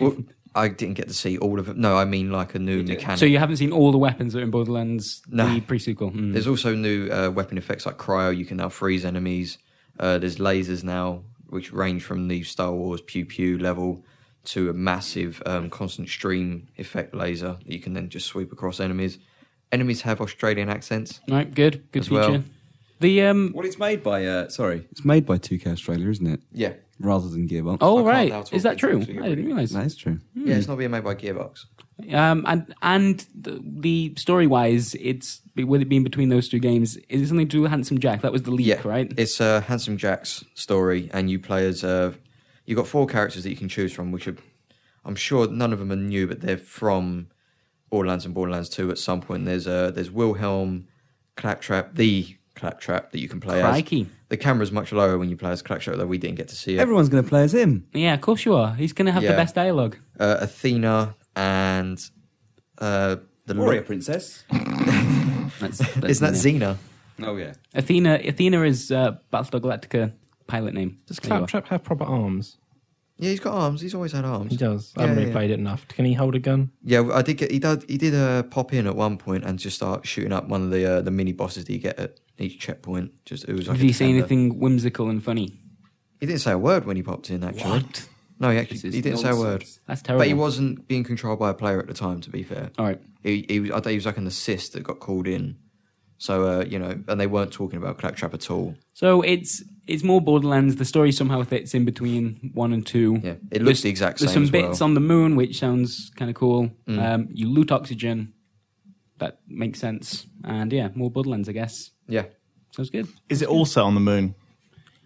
[SPEAKER 5] Well, I didn't get to see all of it. No, I mean like a new mechanic.
[SPEAKER 3] So you haven't seen all the weapons that are in Borderlands
[SPEAKER 5] No.
[SPEAKER 3] the pre-sequel. Mm.
[SPEAKER 5] There's also new uh, weapon effects like cryo. You can now freeze enemies. Uh, there's lasers now, which range from the Star Wars pew pew level to a massive um, constant stream effect laser that you can then just sweep across enemies. Enemies have Australian accents.
[SPEAKER 3] Right, good, good
[SPEAKER 5] As
[SPEAKER 3] feature.
[SPEAKER 5] well.
[SPEAKER 3] The um,
[SPEAKER 2] Well, it's made by. Uh, sorry, it's made by 2K Australia, isn't it?
[SPEAKER 5] Yeah,
[SPEAKER 2] Rather than Gearbox.
[SPEAKER 3] oh
[SPEAKER 5] I can't now
[SPEAKER 3] right,
[SPEAKER 5] talk
[SPEAKER 3] is that
[SPEAKER 5] because
[SPEAKER 3] true? I
[SPEAKER 5] it's really
[SPEAKER 3] didn't realize.
[SPEAKER 2] that is true.
[SPEAKER 5] yeah. It's not being made by Gearbox.
[SPEAKER 3] Um, and and the, the story-wise, it's with it being between those two games, is it something to do with Handsome Jack? That was the leak,
[SPEAKER 5] Yeah,
[SPEAKER 3] right?
[SPEAKER 5] It's uh, Handsome Jack's story, and you play as uh, you got four characters that you can choose from, which are I'm sure none of them are new, but they're from Borderlands and Borderlands Two at some point. There's uh, there's Wilhelm Claptrap, the Claptrap that you can play
[SPEAKER 3] Crikey.
[SPEAKER 5] as. The camera's much lower when you play as Claptrap, though we didn't get to see it.
[SPEAKER 2] Everyone's going to play as him.
[SPEAKER 3] yeah, of course you are. He's going to have the
[SPEAKER 5] Yeah.
[SPEAKER 3] best dialogue.
[SPEAKER 5] Uh, Athena and uh, the
[SPEAKER 2] Warrior
[SPEAKER 5] lo-
[SPEAKER 2] Princess.
[SPEAKER 3] That's, that's
[SPEAKER 5] Isn't that Xena?
[SPEAKER 2] Oh yeah.
[SPEAKER 3] Athena? Athena is uh, Battlestar Galactica pilot name.
[SPEAKER 4] Does
[SPEAKER 3] There you are.
[SPEAKER 4] Claptrap have proper arms?
[SPEAKER 5] Yeah, he's got arms. He's always had arms.
[SPEAKER 4] He does. I
[SPEAKER 5] Yeah,
[SPEAKER 4] haven't
[SPEAKER 5] yeah.
[SPEAKER 4] really played it enough. Can he hold a gun?
[SPEAKER 5] Yeah, well, I did get he did he did uh, pop in at one point and just start shooting up one of the uh, the mini bosses that you get at each checkpoint. Just it was like
[SPEAKER 3] Did
[SPEAKER 5] a
[SPEAKER 3] he say
[SPEAKER 5] defender.
[SPEAKER 3] anything whimsical and funny?
[SPEAKER 5] He didn't say a word when he popped in. Actually, no, he actually
[SPEAKER 3] This is
[SPEAKER 5] he didn't say a word.
[SPEAKER 2] nonsense.
[SPEAKER 3] That's terrible. Oh.
[SPEAKER 5] But he wasn't being controlled by a player at the time. To be fair,
[SPEAKER 3] All right.
[SPEAKER 5] he he was, I think he was like an assist that got called in. So uh, you know, and they weren't talking about Claptrap at all.
[SPEAKER 3] So it's it's more Borderlands. The story somehow fits in between one and two.
[SPEAKER 5] Yeah, it looks the exact
[SPEAKER 3] There's
[SPEAKER 5] same
[SPEAKER 3] some
[SPEAKER 5] as well. Mm.
[SPEAKER 3] bits on the moon, which sounds kind of cool. Um, you loot oxygen. That makes sense. And yeah, more Borderlands, I guess.
[SPEAKER 5] Yeah,
[SPEAKER 3] Sounds good.
[SPEAKER 1] Is it all set on the moon?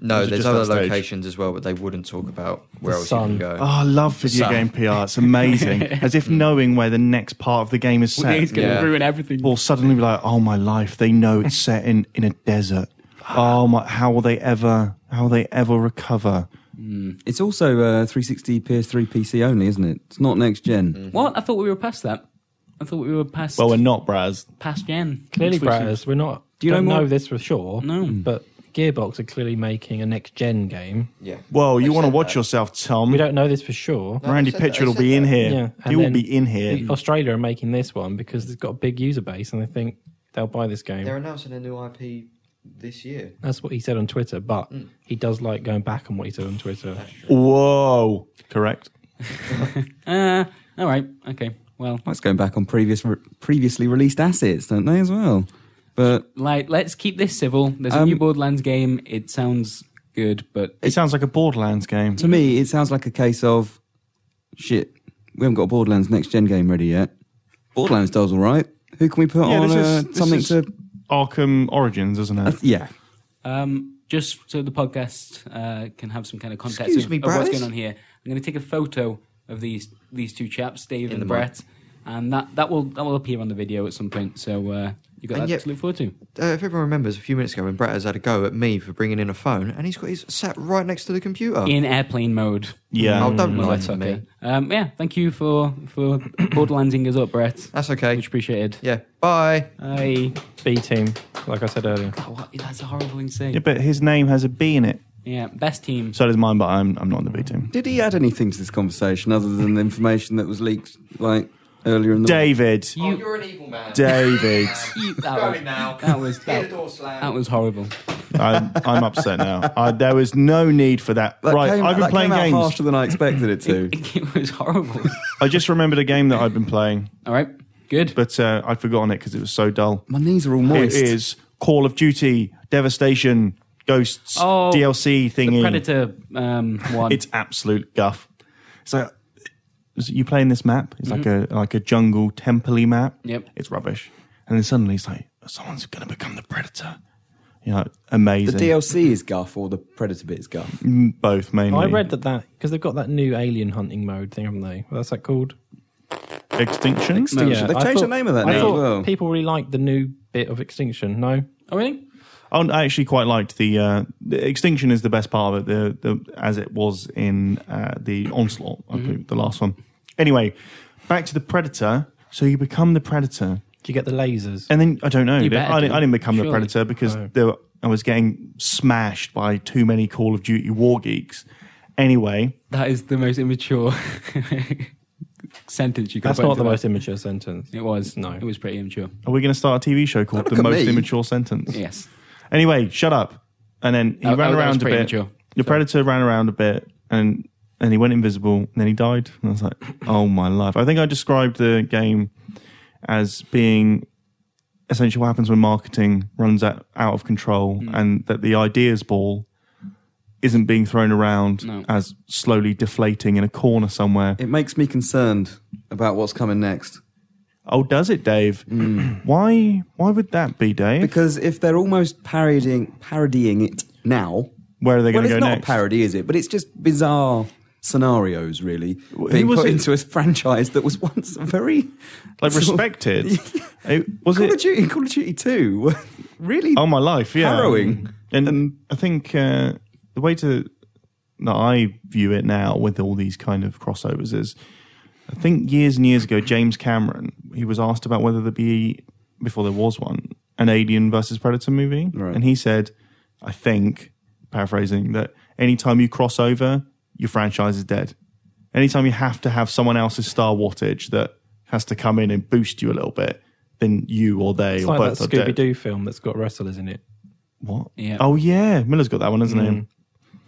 [SPEAKER 5] no,
[SPEAKER 1] Was it
[SPEAKER 5] there's
[SPEAKER 1] just that
[SPEAKER 5] other
[SPEAKER 1] stage?
[SPEAKER 5] locations as well, but they wouldn't talk about where
[SPEAKER 4] The
[SPEAKER 5] else you can
[SPEAKER 4] sun.
[SPEAKER 5] go.
[SPEAKER 1] Oh, I love video
[SPEAKER 5] sun.
[SPEAKER 1] game PR. It's amazing. As if knowing where the next part of the game is
[SPEAKER 3] Well,
[SPEAKER 1] set.
[SPEAKER 3] It's going to
[SPEAKER 5] Yeah.
[SPEAKER 3] ruin everything.
[SPEAKER 1] will suddenly be like, "Oh my life!" They know it's set in in a desert. Oh my! How will they ever? How will they ever recover?
[SPEAKER 2] It's also uh, 360, PS3, PC only, isn't it? It's not next gen.
[SPEAKER 3] What? I thought we were past that. I thought we were past
[SPEAKER 1] Well, we're not, Braz.
[SPEAKER 3] past gen.
[SPEAKER 4] Clearly,
[SPEAKER 3] Exclusive.
[SPEAKER 4] Bratters, we're not.
[SPEAKER 2] Do you know
[SPEAKER 4] don't know,
[SPEAKER 2] more?
[SPEAKER 4] this for sure.
[SPEAKER 3] No.
[SPEAKER 4] But Gearbox are clearly making a next gen game.
[SPEAKER 5] Yeah.
[SPEAKER 1] Well,
[SPEAKER 5] They
[SPEAKER 1] you want to
[SPEAKER 5] said
[SPEAKER 1] watch
[SPEAKER 5] that.
[SPEAKER 1] yourself, Tom.
[SPEAKER 4] We don't know this for sure.
[SPEAKER 5] they
[SPEAKER 1] Randy
[SPEAKER 5] said that,
[SPEAKER 1] Pitchford will
[SPEAKER 5] they said
[SPEAKER 1] be in
[SPEAKER 5] that.
[SPEAKER 1] here. he
[SPEAKER 4] and
[SPEAKER 1] will
[SPEAKER 4] then
[SPEAKER 1] be in here.
[SPEAKER 4] the- Australia are making this one because it's got a big user base and they think they'll buy this game.
[SPEAKER 5] They're announcing a new IP this year.
[SPEAKER 4] That's what he said on Twitter, but he does like going back on what he said on Twitter.
[SPEAKER 1] Whoa. Correct.
[SPEAKER 3] Uh, all right. Okay. Well,
[SPEAKER 2] Well, it's going back on previous re- previously released assets, don't they, as well? But
[SPEAKER 3] like, let's keep this civil. There's a
[SPEAKER 2] Um,
[SPEAKER 3] new Borderlands game. It sounds good, but
[SPEAKER 1] It sounds like a Borderlands game.
[SPEAKER 2] to me, it sounds like a case of shit, we haven't got a Borderlands next gen game ready yet. Borderlands does all right. Who can we put
[SPEAKER 1] Yeah,
[SPEAKER 2] on
[SPEAKER 1] this
[SPEAKER 2] uh,
[SPEAKER 1] is- this
[SPEAKER 2] something
[SPEAKER 1] is-
[SPEAKER 2] to.
[SPEAKER 1] Arkham Origins, isn't
[SPEAKER 2] uh,
[SPEAKER 1] it?
[SPEAKER 2] yeah.
[SPEAKER 3] Um, just so the podcast uh, can have some kind of context
[SPEAKER 5] Excuse
[SPEAKER 3] of,
[SPEAKER 5] me,
[SPEAKER 3] of what's
[SPEAKER 5] Brad?
[SPEAKER 3] going on here, I'm going to take a photo of these these two chaps, Dave
[SPEAKER 5] In
[SPEAKER 3] and
[SPEAKER 5] the
[SPEAKER 3] Brett, and that, that will that will appear on the video at some point. So uh, you got
[SPEAKER 5] And
[SPEAKER 3] that
[SPEAKER 5] yet-
[SPEAKER 3] to look forward to.
[SPEAKER 5] Uh, if everyone remembers, a few minutes ago when Brett has had a go at me for bringing in a phone, and he's got his sat right next to the computer.
[SPEAKER 3] In airplane mode,
[SPEAKER 1] Yeah.
[SPEAKER 5] oh, don't lie to
[SPEAKER 3] motherfucker.
[SPEAKER 5] me.
[SPEAKER 3] Um, yeah, thank you for for borderlanding us up, Brett.
[SPEAKER 5] That's okay.
[SPEAKER 3] Much appreciated.
[SPEAKER 5] Yeah. Bye.
[SPEAKER 3] I
[SPEAKER 4] B team, like I said earlier.
[SPEAKER 3] oh, what- that's a horrible thing to say.
[SPEAKER 1] Yeah, but his name has a B in it.
[SPEAKER 3] Yeah, best team.
[SPEAKER 1] So does mine, but I'm, I'm not on the B team.
[SPEAKER 2] Did he add anything to this conversation other than the information that was leaked like earlier in the
[SPEAKER 1] David.
[SPEAKER 3] You-
[SPEAKER 5] Oh, you're an evil man.
[SPEAKER 1] David.
[SPEAKER 3] You- that
[SPEAKER 5] Going
[SPEAKER 3] was-
[SPEAKER 5] now.
[SPEAKER 3] That was
[SPEAKER 5] Hear the
[SPEAKER 3] that,
[SPEAKER 5] door slam.
[SPEAKER 3] that was horrible.
[SPEAKER 1] I'm, I'm upset now. I, there was no need for that.
[SPEAKER 2] That
[SPEAKER 1] right,
[SPEAKER 2] came-
[SPEAKER 1] I've
[SPEAKER 2] that
[SPEAKER 1] been playing
[SPEAKER 2] came out
[SPEAKER 1] games.
[SPEAKER 2] harsher than I expected it to.
[SPEAKER 3] It, it was horrible.
[SPEAKER 1] I just remembered a game that I've been playing,
[SPEAKER 3] All right, good.
[SPEAKER 1] but uh, I'd forgotten it because it was so dull.
[SPEAKER 2] My knees are all moist.
[SPEAKER 1] It is Call of Duty, Devastation, Ghosts,
[SPEAKER 3] Oh,
[SPEAKER 1] DLC thingy.
[SPEAKER 3] The Predator um, one.
[SPEAKER 1] It's absolute guff. It's like is it you playing this map. It's like a like a jungle templey map.
[SPEAKER 3] Mm-hmm. Yep.
[SPEAKER 1] It's rubbish. And then suddenly it's like someone's going to become the predator. You know, amazing.
[SPEAKER 2] The DLC is guff or the Predator bit is guff.
[SPEAKER 1] Mm, Both mainly.
[SPEAKER 3] Oh,
[SPEAKER 4] I read that that because they've got that new alien hunting mode thing, haven't they? What's that called?
[SPEAKER 1] extinction.
[SPEAKER 2] Extinction. They've
[SPEAKER 4] I
[SPEAKER 2] changed the name of that
[SPEAKER 4] I
[SPEAKER 2] now as
[SPEAKER 4] thought
[SPEAKER 2] well.
[SPEAKER 4] People really like the new bit of Extinction. No,
[SPEAKER 3] oh, really?
[SPEAKER 1] Oh, I actually quite liked the, uh, the extinction is the best part of it. The, the as it was in uh, the onslaught, I believe, the last one. Anyway, back to the predator. So you become the predator.
[SPEAKER 4] do you get the lasers?
[SPEAKER 1] And then I don't know. I
[SPEAKER 3] You
[SPEAKER 1] didn't,
[SPEAKER 3] better
[SPEAKER 1] I didn't
[SPEAKER 3] do.
[SPEAKER 1] become the
[SPEAKER 3] Surely.
[SPEAKER 1] predator because there were- I was getting smashed by too many Call of Duty war geeks. Anyway,
[SPEAKER 3] That is the most immature sentence you could
[SPEAKER 4] That's
[SPEAKER 3] have put
[SPEAKER 4] not the
[SPEAKER 3] into
[SPEAKER 4] most immature sentence.
[SPEAKER 3] that. It was.
[SPEAKER 4] No.
[SPEAKER 3] It was pretty immature.
[SPEAKER 1] are we going to start a TV show called
[SPEAKER 2] Don't
[SPEAKER 1] "The
[SPEAKER 2] look at
[SPEAKER 1] Most
[SPEAKER 2] me.
[SPEAKER 1] Immature Sentence"?
[SPEAKER 3] Yes.
[SPEAKER 1] Anyway, shut up. And then he
[SPEAKER 3] Oh,
[SPEAKER 1] ran
[SPEAKER 3] oh, that was
[SPEAKER 1] around a
[SPEAKER 3] pretty
[SPEAKER 1] bit.
[SPEAKER 3] immature.
[SPEAKER 1] The predator ran around a bit, and and he went invisible, and then he died. And I was like, "Oh my life!" I think I described the game as being essentially what happens when marketing runs out, out of control,
[SPEAKER 3] Hmm.
[SPEAKER 1] and that the ideas ball isn't being thrown around
[SPEAKER 3] No.
[SPEAKER 1] as slowly deflating in a corner somewhere.
[SPEAKER 2] It makes me concerned about what's coming next.
[SPEAKER 1] oh, does it, Dave?
[SPEAKER 3] Hmm.
[SPEAKER 1] Why? Why would that be, Dave?
[SPEAKER 2] Because if they're almost parodying parodying it now,
[SPEAKER 1] Where are they
[SPEAKER 2] well,
[SPEAKER 1] going
[SPEAKER 2] it's
[SPEAKER 1] to go
[SPEAKER 2] not
[SPEAKER 1] next?
[SPEAKER 2] a parody, is it? But it's just bizarre scenarios, really, being
[SPEAKER 1] was
[SPEAKER 2] put
[SPEAKER 1] it-
[SPEAKER 2] into a franchise that was once very
[SPEAKER 1] like
[SPEAKER 2] sort of-
[SPEAKER 1] respected. It- was
[SPEAKER 2] Call
[SPEAKER 1] it
[SPEAKER 2] of Duty, Call of Duty Two, really?
[SPEAKER 1] Oh my life, yeah.
[SPEAKER 2] Harrowing. Um,
[SPEAKER 1] And, I think uh, the way to that I view it now with all these kind of crossovers is I think years and years ago James Cameron he was asked about whether there'd be before there was one an Alien versus Predator movie,
[SPEAKER 2] Right.
[SPEAKER 1] and he said, I think paraphrasing that anytime you cross over, your franchise is dead. Anytime you have to have someone else's star wattage that has to come in and boost you a little bit, then you or they
[SPEAKER 4] It's
[SPEAKER 1] or
[SPEAKER 4] like
[SPEAKER 1] both
[SPEAKER 4] that
[SPEAKER 1] are dead.
[SPEAKER 4] Scooby Doo film that's got wrestlers in it.
[SPEAKER 1] What?
[SPEAKER 3] Yeah. Mm.
[SPEAKER 1] Oh yeah, Miller's got that one, hasn't he?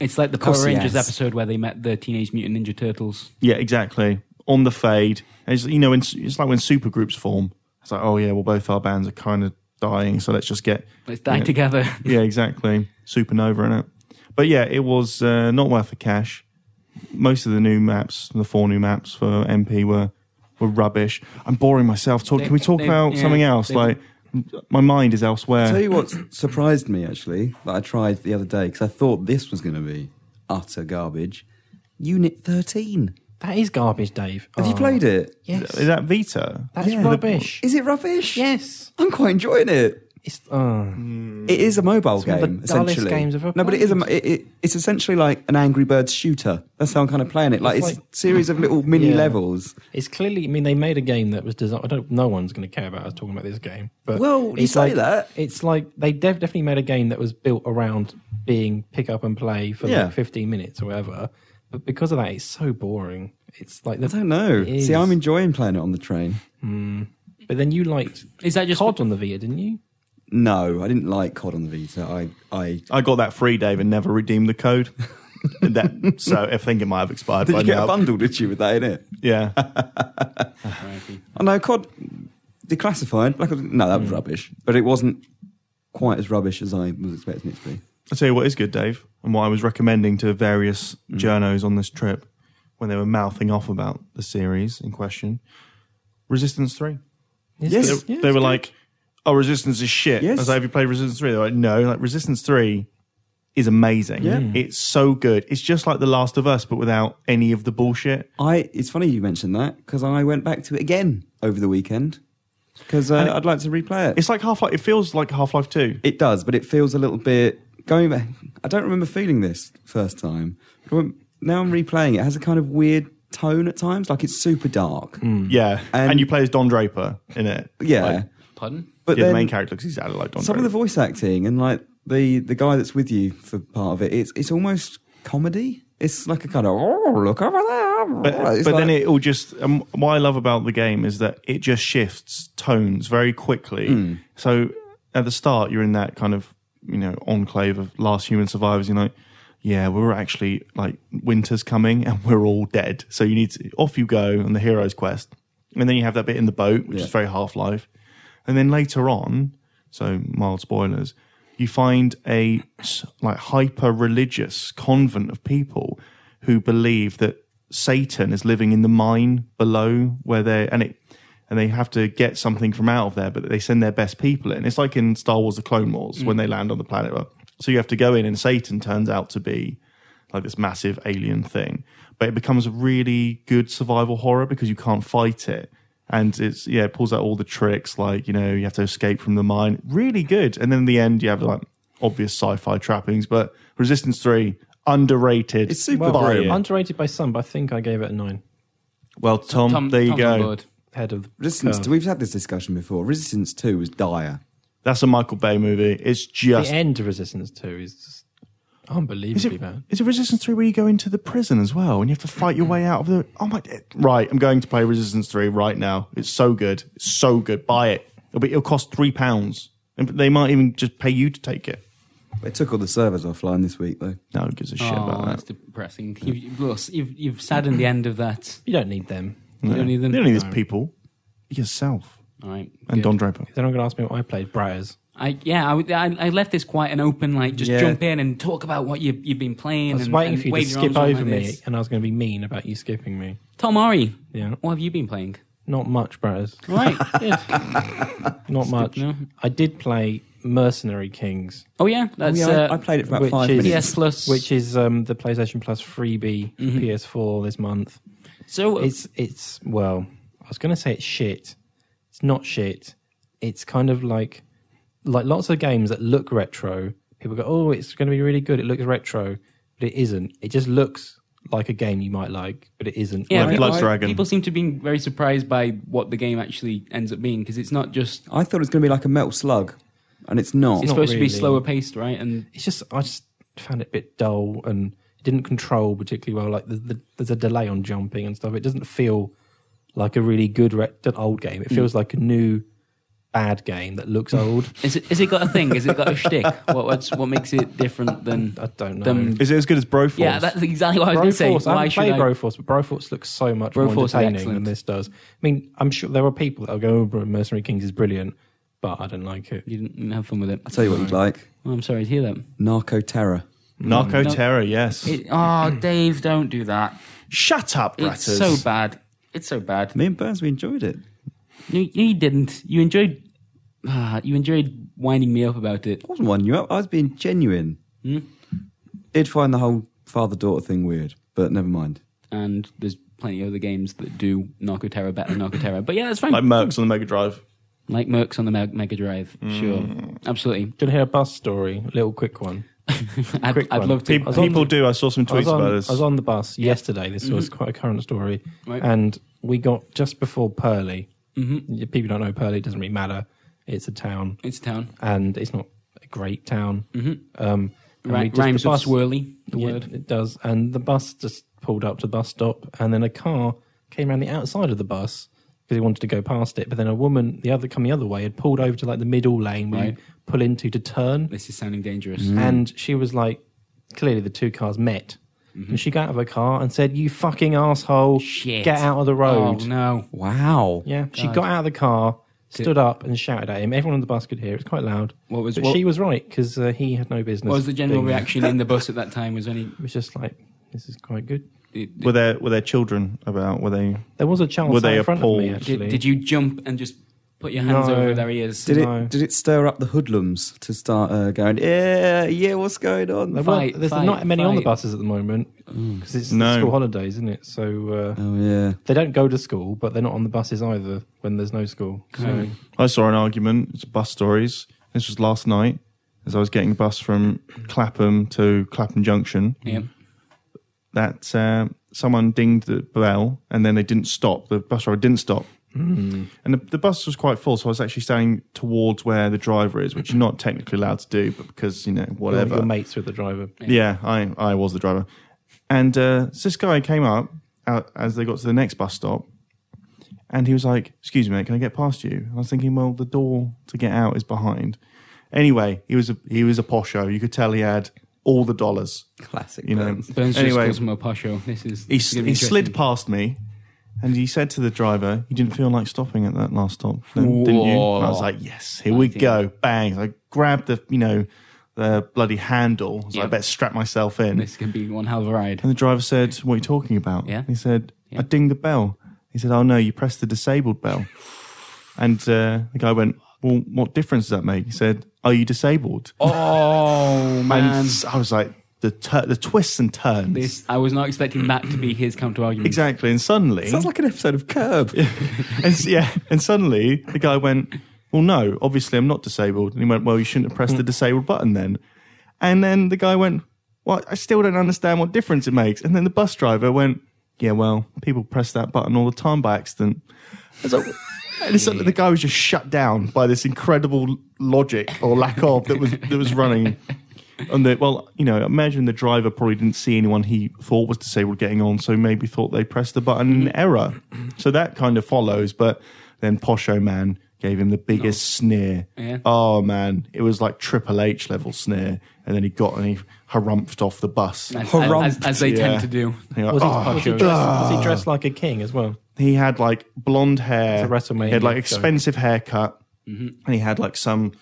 [SPEAKER 3] It's like the
[SPEAKER 2] course
[SPEAKER 3] Power
[SPEAKER 2] he
[SPEAKER 3] Rangers
[SPEAKER 2] has.
[SPEAKER 3] episode where they met the Teenage Mutant Ninja Turtles.
[SPEAKER 1] Yeah, exactly. On the fade, it's, you know, it's, it's like when supergroups form. It's like, oh yeah, well both our bands are kind of dying, so let's just get
[SPEAKER 3] Let's die
[SPEAKER 1] Yeah.
[SPEAKER 3] together.
[SPEAKER 1] yeah, exactly, supernova in it. But yeah, it was uh, not worth the cash. Most of the new maps, the four new maps for MP were were rubbish. I'm boring myself. Talk,
[SPEAKER 3] They-
[SPEAKER 1] can we talk
[SPEAKER 3] they-
[SPEAKER 1] about
[SPEAKER 3] yeah,
[SPEAKER 1] something else?
[SPEAKER 3] they-
[SPEAKER 1] like my mind is elsewhere.
[SPEAKER 2] I'll tell you what surprised me actually that I tried the other day because I thought this was going to be utter garbage. Unit Thirteen.
[SPEAKER 4] That is garbage, Dave. Oh,
[SPEAKER 2] Have
[SPEAKER 1] Ah.
[SPEAKER 2] you played it?
[SPEAKER 4] Yes,
[SPEAKER 1] is that Vita?
[SPEAKER 4] that's
[SPEAKER 2] Yeah.
[SPEAKER 4] rubbish.
[SPEAKER 2] Is it rubbish?
[SPEAKER 4] yes,
[SPEAKER 2] I'm quite enjoying it.
[SPEAKER 4] it's uh,
[SPEAKER 2] It is a
[SPEAKER 1] Mm.
[SPEAKER 2] mobile
[SPEAKER 4] one
[SPEAKER 2] game,
[SPEAKER 4] of the dullest
[SPEAKER 2] essentially.
[SPEAKER 4] games I've ever
[SPEAKER 2] no, but it is. A,
[SPEAKER 4] played.
[SPEAKER 2] it, it, it's essentially like an Angry Birds shooter. That's how I'm kind of playing it. Like it's,
[SPEAKER 4] It's
[SPEAKER 2] a series of little mini
[SPEAKER 4] Yeah.
[SPEAKER 2] levels.
[SPEAKER 4] it's clearly. I mean, they made a game that was designed. I don't. No one's going to care about us talking about this game. But
[SPEAKER 2] Well, you
[SPEAKER 4] it's
[SPEAKER 2] say
[SPEAKER 4] like,
[SPEAKER 2] that.
[SPEAKER 4] It's like they def- definitely made a game that was built around being pick up and play for
[SPEAKER 2] Yeah.
[SPEAKER 4] like 15 minutes or whatever. But because of that, it's so boring. It's like the,
[SPEAKER 2] I don't know.
[SPEAKER 4] It
[SPEAKER 2] See,
[SPEAKER 4] is.
[SPEAKER 2] I'm enjoying playing it on the train.
[SPEAKER 4] But then you liked
[SPEAKER 3] Is that just
[SPEAKER 4] COD on the Vita, didn't you?
[SPEAKER 2] no, I didn't like COD on the Vita. I, I
[SPEAKER 1] I got that free, Dave, and never redeemed the code. And that, so I think it might have expired
[SPEAKER 2] did
[SPEAKER 1] by
[SPEAKER 2] you get
[SPEAKER 1] now.
[SPEAKER 2] a bundle? Did you with that in it?
[SPEAKER 1] Yeah,
[SPEAKER 2] I know COD declassified. Black Ops, no, that was rubbish, but it wasn't quite as rubbish as I was expecting it to be.
[SPEAKER 1] I'll tell you what is good, Dave, and what I was recommending to various
[SPEAKER 2] Mm.
[SPEAKER 1] journos on this trip when they were mouthing off about the series in question Resistance 3.
[SPEAKER 2] Yes.
[SPEAKER 1] They, they were like, oh, Resistance is shit.
[SPEAKER 2] Yes.
[SPEAKER 1] I was like, have you played Resistance 3? They're like, no. Like, Resistance 3 is amazing.
[SPEAKER 2] Yeah.
[SPEAKER 1] It's so good. It's just like The Last of Us, but without any of the bullshit.
[SPEAKER 2] I it's funny you mentioned that because I went back to it again over the weekend because uh, I'd like to replay it.
[SPEAKER 1] It's like Half Life. It feels like Half Life 2.
[SPEAKER 2] It does, but it feels a little bit going back. I don't remember feeling this first time. But when- Now I'm replaying it. It has a kind of weird tone at times, like it's super dark.
[SPEAKER 1] Yeah.
[SPEAKER 2] And-
[SPEAKER 1] And, you play as Don Draper in it.
[SPEAKER 2] Yeah,
[SPEAKER 1] Like,
[SPEAKER 3] Pardon?
[SPEAKER 2] but
[SPEAKER 1] yeah, the
[SPEAKER 2] then
[SPEAKER 1] main character looks exactly like Don
[SPEAKER 2] some of the
[SPEAKER 1] Draper.
[SPEAKER 2] voice acting and like the the guy that's with you for part of it, it's it's almost comedy. It's like a kind of oh look over there.
[SPEAKER 1] But,
[SPEAKER 2] It's
[SPEAKER 1] but
[SPEAKER 2] like-
[SPEAKER 1] then it all just. Um, what I love about the game is that it just shifts tones very quickly.
[SPEAKER 2] Hmm.
[SPEAKER 1] So at the start, you're in that kind of you know enclave of last human survivors. You're like, yeah, we're actually like winter's coming and we're all dead. So you need to off you go on the hero's quest, and then you have that bit in the boat, which
[SPEAKER 2] Yeah.
[SPEAKER 1] is very Half Life, and then later on, so mild spoilers. You find a s- like hyper religious convent of people who believe that Satan is living in the mine below where they and it and they have to get something from out of there, but they send their best people in. It's like in Star Wars: The Clone Wars when they land on the planet. So you have to go in, and Satan turns out to be like this massive alien thing, but it becomes a really good survival horror because you can't fight it. And it's yeah, it pulls out all the tricks like you know you have to escape from the mine. Really good. And then in the end, you have like obvious sci-fi trappings, but Resistance Three underrated.
[SPEAKER 2] It's super
[SPEAKER 1] Buy it.
[SPEAKER 2] brilliant.
[SPEAKER 4] Underrated by some, but I think I gave it a nine.
[SPEAKER 1] Well, Tom, Um, there you
[SPEAKER 3] Tom's on
[SPEAKER 1] go.
[SPEAKER 3] board.
[SPEAKER 4] Head of
[SPEAKER 1] Oh.
[SPEAKER 2] Resistance.
[SPEAKER 4] curve.
[SPEAKER 2] We've had this discussion before. Resistance Two was dire.
[SPEAKER 1] That's a Michael Bay movie. It's just
[SPEAKER 4] the end of Resistance Two is just
[SPEAKER 1] Is
[SPEAKER 4] unbelievably
[SPEAKER 1] it,
[SPEAKER 4] bad.
[SPEAKER 1] is it Resistance 3 where you go into the prison as well and you have to fight your way out of the. Oh my. Right, I'm going to play Resistance 3 right now. It's so good. It's so good. Buy it. It'll, be, it'll cost £3. And they might even just pay you to take it.
[SPEAKER 2] They took all the servers offline this week though.
[SPEAKER 1] No one gives a shit
[SPEAKER 3] Oh,
[SPEAKER 1] about
[SPEAKER 3] that's
[SPEAKER 1] that.
[SPEAKER 3] depressing. You've, lost- you've, you've saddened the end of that.
[SPEAKER 4] You don't need them.
[SPEAKER 3] You don't need them.
[SPEAKER 1] You don't need these people. Yourself.
[SPEAKER 3] All right.
[SPEAKER 1] And
[SPEAKER 3] good.
[SPEAKER 1] Don Draper.
[SPEAKER 4] They're not going to ask me what I played. Briars.
[SPEAKER 3] I, yeah, I, would- I, I left this quite an open, like, just
[SPEAKER 2] Yeah.
[SPEAKER 3] jump in and talk about what you've, you've been playing.
[SPEAKER 4] I was
[SPEAKER 3] and,
[SPEAKER 4] waiting
[SPEAKER 3] and
[SPEAKER 4] for you to
[SPEAKER 3] wave your arms
[SPEAKER 4] skip
[SPEAKER 3] around
[SPEAKER 4] over
[SPEAKER 3] like
[SPEAKER 4] me,
[SPEAKER 3] this.
[SPEAKER 4] and I was going to be mean about you skipping me.
[SPEAKER 3] Tom Ari,
[SPEAKER 4] Yeah,
[SPEAKER 3] what have you been playing?
[SPEAKER 4] not much, Briars.
[SPEAKER 3] Right.
[SPEAKER 4] Not much.
[SPEAKER 3] no.
[SPEAKER 4] I did play Mercenary Kings,
[SPEAKER 3] oh, yeah. That's,
[SPEAKER 2] oh, yeah, I,
[SPEAKER 3] uh,
[SPEAKER 2] I played it for about
[SPEAKER 4] which
[SPEAKER 2] five
[SPEAKER 4] is-
[SPEAKER 2] minutes.
[SPEAKER 3] PS Plus.
[SPEAKER 4] which is um, the PlayStation Plus freebie
[SPEAKER 3] Mm-hmm.
[SPEAKER 4] PS4 this month.
[SPEAKER 3] so, uh,
[SPEAKER 4] It's it's well, I was going to say it's shit. It's not shit. It's kind of like like lots of games that look retro. People go, "Oh, it's going to be really good. It looks retro," but it isn't. It just looks like a game you might like, but it isn't.
[SPEAKER 3] yeah,
[SPEAKER 1] Like
[SPEAKER 3] people,
[SPEAKER 1] Blood Dragon.
[SPEAKER 3] people seem to be very surprised by what the game actually ends up being because it's not just.
[SPEAKER 2] I thought it was going to be like a metal slug, and it's not.
[SPEAKER 3] It's
[SPEAKER 4] not
[SPEAKER 3] supposed to be
[SPEAKER 4] really.
[SPEAKER 3] slower paced, right? And
[SPEAKER 4] it's just I just found it a bit dull and it didn't control particularly well. Like the, the, there's a delay on jumping and stuff. It doesn't feel like a really good re- an old game.
[SPEAKER 3] Hmm.
[SPEAKER 4] It feels like a new bad game that looks old.
[SPEAKER 3] is it, is it got a thing? Is it got a shtick? What, what's, what makes it different than.
[SPEAKER 4] I don't know.
[SPEAKER 3] Dumb.
[SPEAKER 1] Is it as good as Broforce?
[SPEAKER 3] Yeah, that's exactly what I was going to say.
[SPEAKER 4] Broforce, I
[SPEAKER 3] Why
[SPEAKER 4] haven't
[SPEAKER 3] should
[SPEAKER 4] played
[SPEAKER 3] I?
[SPEAKER 4] Broforce, but Broforce looks so much
[SPEAKER 3] Broforce
[SPEAKER 4] more
[SPEAKER 3] is
[SPEAKER 4] entertaining than
[SPEAKER 3] excellent.
[SPEAKER 4] this does. I mean, I'm sure there are people that will go, oh, Mercenary Kings is brilliant, but I don't like it.
[SPEAKER 3] You didn't, you didn't have fun with it.
[SPEAKER 2] I'll tell you what you'd like:
[SPEAKER 3] Well, I'm sorry to hear that.
[SPEAKER 2] Narco Terror.
[SPEAKER 1] Narco
[SPEAKER 3] No.
[SPEAKER 1] Terror, yes.
[SPEAKER 3] It, oh, Dave, don't do that.
[SPEAKER 1] Shut up,
[SPEAKER 3] It's
[SPEAKER 1] Ratters.
[SPEAKER 3] so bad. It's so bad.
[SPEAKER 2] Me and Burns, we enjoyed it.
[SPEAKER 3] No, no, you didn't. You enjoyed. ah, you enjoyed winding me up about it.
[SPEAKER 2] I wasn't one you up. I was being genuine.
[SPEAKER 1] Hmm?
[SPEAKER 2] Did find the whole father-daughter thing weird, but never mind.
[SPEAKER 3] And there's plenty of other games that do Narco Terror better than Narco Terror. But yeah, that's fine.
[SPEAKER 1] Like
[SPEAKER 3] Like,
[SPEAKER 1] Mercs on the Mega Drive.
[SPEAKER 3] Mercs on the Meg- Mega Drive.
[SPEAKER 4] Mm.
[SPEAKER 3] Sure. Absolutely.
[SPEAKER 4] Do you want to hear a bus story? A little quick one.
[SPEAKER 3] I'd,
[SPEAKER 4] Quick
[SPEAKER 3] I'd
[SPEAKER 4] one.
[SPEAKER 3] love to.
[SPEAKER 1] Pe-
[SPEAKER 4] I was on-
[SPEAKER 1] People do. I saw some
[SPEAKER 4] I was,
[SPEAKER 1] tweets
[SPEAKER 4] on,
[SPEAKER 1] about
[SPEAKER 4] I
[SPEAKER 1] this.
[SPEAKER 4] was on the bus yesterday. This was quite a current story.
[SPEAKER 3] Mm-hmm. Right.
[SPEAKER 4] And we got just before Purley. Mm-hmm. People don't know Purley, it doesn't really matter. It's a town
[SPEAKER 3] It's a town.
[SPEAKER 4] and it's not a great town. Mm-hmm. Um, and we
[SPEAKER 3] Right,
[SPEAKER 4] just- the
[SPEAKER 3] rhymes with
[SPEAKER 4] bus-
[SPEAKER 3] swirly. The
[SPEAKER 4] Yeah,
[SPEAKER 3] word.
[SPEAKER 4] It does. And the bus just pulled up to the bus stop and then a car came around the outside of the bus because he wanted to go past it. But then a woman, the other coming the other way, had pulled over to like the middle lane where
[SPEAKER 3] Right.
[SPEAKER 4] you pull into to turn,
[SPEAKER 3] This is sounding dangerous.
[SPEAKER 4] and she was like, clearly the two cars met. And she got out of her car and said, "You fucking asshole!
[SPEAKER 3] Mm-hmm. Shit.
[SPEAKER 4] Get out of the road!"
[SPEAKER 3] Oh no.
[SPEAKER 2] Wow.
[SPEAKER 4] Yeah, she got out of the car, stood up, and shouted at him. Everyone on the bus could hear. It was quite loud.
[SPEAKER 3] What was-
[SPEAKER 4] but
[SPEAKER 3] what-
[SPEAKER 4] she was right because uh, he had no business.
[SPEAKER 3] What was the general
[SPEAKER 4] being there.
[SPEAKER 3] reaction in the bus at that time? Was any
[SPEAKER 4] It was just like, "This is quite good."
[SPEAKER 3] did,
[SPEAKER 1] Were there were there children about? Were they?
[SPEAKER 4] There was a child
[SPEAKER 1] Were
[SPEAKER 4] sat
[SPEAKER 1] they
[SPEAKER 4] in front of me.
[SPEAKER 1] appalled?
[SPEAKER 4] Actually,
[SPEAKER 3] did, did you jump and just put your hands
[SPEAKER 4] No.
[SPEAKER 3] over their ears?
[SPEAKER 2] Did
[SPEAKER 4] No.
[SPEAKER 2] it did it stir up the hoodlums to start uh, going? Yeah, yeah. What's going on?
[SPEAKER 4] There
[SPEAKER 2] Oh
[SPEAKER 4] weren't-
[SPEAKER 3] Fight,
[SPEAKER 4] there's
[SPEAKER 3] fight,
[SPEAKER 4] not many on the
[SPEAKER 3] fight. Mm.
[SPEAKER 4] buses at the moment because it's
[SPEAKER 1] No.
[SPEAKER 4] the school holidays, isn't it? So uh,
[SPEAKER 2] Oh, yeah.
[SPEAKER 4] they don't go to school, but they're not on the buses either when there's no school. So
[SPEAKER 1] I saw an argument. It's bus stories. This was last night as I was getting a bus from Clapham to Clapham Junction.
[SPEAKER 3] Yeah.
[SPEAKER 1] That uh, someone dinged the bell and then they didn't stop. The bus driver didn't stop, and the, the bus was quite full. So I was actually standing towards where the driver is, which you're not technically allowed to do, but because you know
[SPEAKER 4] your-
[SPEAKER 1] whatever.
[SPEAKER 4] your mates with the driver.
[SPEAKER 1] Yeah, I, I was the driver. And uh, so this guy came up out, as they got to the next bus stop and he was like, Excuse me, mate, can I get past you? And I was thinking, Well, the door to get out is behind. Anyway, he was a, he was a posho. You could tell he had all the dollars,
[SPEAKER 2] Classic.
[SPEAKER 1] you know. mm.
[SPEAKER 3] Burns just
[SPEAKER 1] anyway,
[SPEAKER 3] calls him a posho. This is
[SPEAKER 1] he,
[SPEAKER 3] this is
[SPEAKER 1] s-
[SPEAKER 3] gonna be
[SPEAKER 1] he slid
[SPEAKER 3] interesting.
[SPEAKER 1] past me and he said to the driver, You didn't feel like stopping at that last stop, then, didn't you? And I was like, Yes, here we
[SPEAKER 3] Fucking-
[SPEAKER 1] go. Bang. I grabbed the, you know, the bloody handle. So I
[SPEAKER 3] Yeah.
[SPEAKER 1] better strap myself in.
[SPEAKER 3] This can be one hell of a ride.
[SPEAKER 1] And the driver said, What are you talking about?
[SPEAKER 3] Yeah.
[SPEAKER 1] He said,
[SPEAKER 3] Yeah.
[SPEAKER 1] I dinged the bell. He said, Oh no, you pressed the disabled bell. and uh, the guy went, Well, what difference does that make? He said, Are you disabled?
[SPEAKER 3] Oh man,
[SPEAKER 1] And s- I was like, The, tur- the twists and turns.
[SPEAKER 3] this I was not expecting that to be his counter argument.
[SPEAKER 1] Exactly. And suddenly,
[SPEAKER 2] Sounds like an episode of Curb.
[SPEAKER 1] and, s- yeah, and suddenly the guy went, Well, no, obviously I'm not disabled. And he went, Well, you shouldn't have pressed the disabled button then. And then the guy went, Well, I still don't understand what difference it makes. And then the bus driver went, Yeah, well, people press that button all the time by accident. And so, and suddenly the guy was just shut down by this incredible logic or lack of that was that was running. And the, well, you know, imagine the driver probably didn't see anyone he thought was disabled getting on, so maybe thought they pressed the button
[SPEAKER 4] Mm-hmm.
[SPEAKER 1] in error. So that kind of follows. But then Posho Man gave him the biggest sneer.
[SPEAKER 3] Yeah.
[SPEAKER 1] Oh man, it was like Triple H level sneer. And then he got and he harumphed off the bus.
[SPEAKER 3] As,
[SPEAKER 2] Harumph.
[SPEAKER 3] as, as they
[SPEAKER 1] Yeah.
[SPEAKER 3] tend to do.
[SPEAKER 1] He like,
[SPEAKER 4] Was he,
[SPEAKER 1] "Oh."
[SPEAKER 4] was he dressed, was he dressed like a king as well?
[SPEAKER 1] he had like blonde hair.
[SPEAKER 4] It's a WrestleMania Mm-hmm.
[SPEAKER 1] He had like
[SPEAKER 4] joke.
[SPEAKER 1] expensive haircut, and he had like some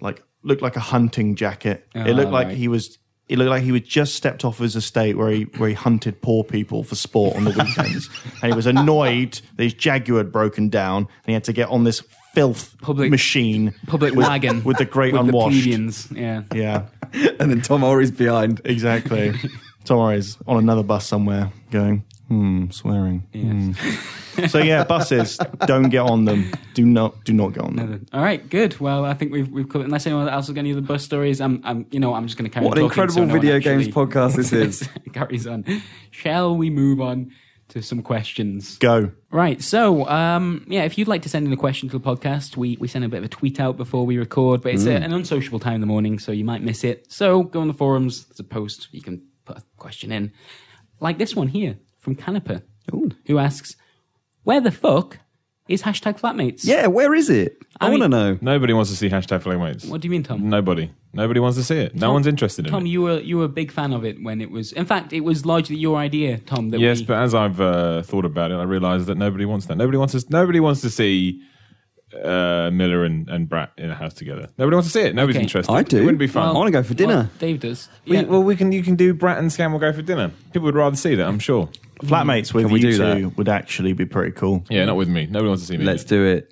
[SPEAKER 1] like looked like a hunting jacket.
[SPEAKER 4] Ah,
[SPEAKER 1] it looked like
[SPEAKER 3] right.
[SPEAKER 1] he was. It looked like he was just stepped off his estate where he where he hunted poor people for sport on the weekends, and he was annoyed that his Jaguar had broken down, and he had to get on this filth
[SPEAKER 3] Public-
[SPEAKER 1] machine,
[SPEAKER 3] Public
[SPEAKER 1] with,
[SPEAKER 3] wagon
[SPEAKER 1] with the great
[SPEAKER 3] with
[SPEAKER 1] unwashed.
[SPEAKER 3] The plebeians. Yeah.
[SPEAKER 1] yeah,
[SPEAKER 2] and then Tom Ory's behind.
[SPEAKER 1] exactly. Tom Murray's on another bus somewhere going, hmm, swearing. hmm." so yeah, buses, don't get on them. Do not do not get on them.
[SPEAKER 3] All right, good. Well, I think we've we've covered. Unless anyone else has got any other bus stories, I'm I'm you know I'm just going to carry.
[SPEAKER 2] What
[SPEAKER 3] on
[SPEAKER 2] an
[SPEAKER 3] talking
[SPEAKER 2] incredible
[SPEAKER 3] no one
[SPEAKER 2] video
[SPEAKER 3] actually
[SPEAKER 2] games podcast this is.
[SPEAKER 3] carries on. Shall we move on to some questions?
[SPEAKER 1] Go.
[SPEAKER 3] Right. So, um, yeah, if you'd like to send in a question to the podcast, we, we send a bit of a tweet out before we record, but it's a,
[SPEAKER 6] Mm.
[SPEAKER 3] an unsociable time in the morning, so you might miss it. So go on the forums. There's a post. You can put a question in. Like this one here from Caniper, who asks, where the fuck is hashtag flatmates?
[SPEAKER 2] Yeah, where is it? I,
[SPEAKER 3] I
[SPEAKER 2] want to
[SPEAKER 3] mean-
[SPEAKER 2] know.
[SPEAKER 6] Nobody wants to see hashtag flagmates.
[SPEAKER 3] What do you mean, Tom?
[SPEAKER 6] Nobody. Nobody wants to see it. No one's interested in
[SPEAKER 3] Tom,
[SPEAKER 6] it.
[SPEAKER 3] you were you were a big fan of it when it was. In fact, it was largely your idea, Tom. That
[SPEAKER 6] Yes,
[SPEAKER 3] we,
[SPEAKER 6] but as I've uh, thought about it, I realise that nobody wants that. Nobody wants to. Nobody wants to see uh, Miller and, and Brat in a house together. Nobody wants to see it. Nobody's
[SPEAKER 3] Okay.
[SPEAKER 6] interested.
[SPEAKER 2] I do.
[SPEAKER 6] It wouldn't be fun.
[SPEAKER 2] I want to go for dinner.
[SPEAKER 3] Well, Dave does.
[SPEAKER 6] We,
[SPEAKER 3] Yeah.
[SPEAKER 6] Well, we can. You can do Brat and Scam will go for dinner. People would rather see that. I'm sure.
[SPEAKER 1] Flatmates with
[SPEAKER 2] Can we
[SPEAKER 1] you
[SPEAKER 2] do
[SPEAKER 1] two would actually be pretty cool.
[SPEAKER 6] Yeah, not with me. Nobody wants to see me.
[SPEAKER 2] Let's do it.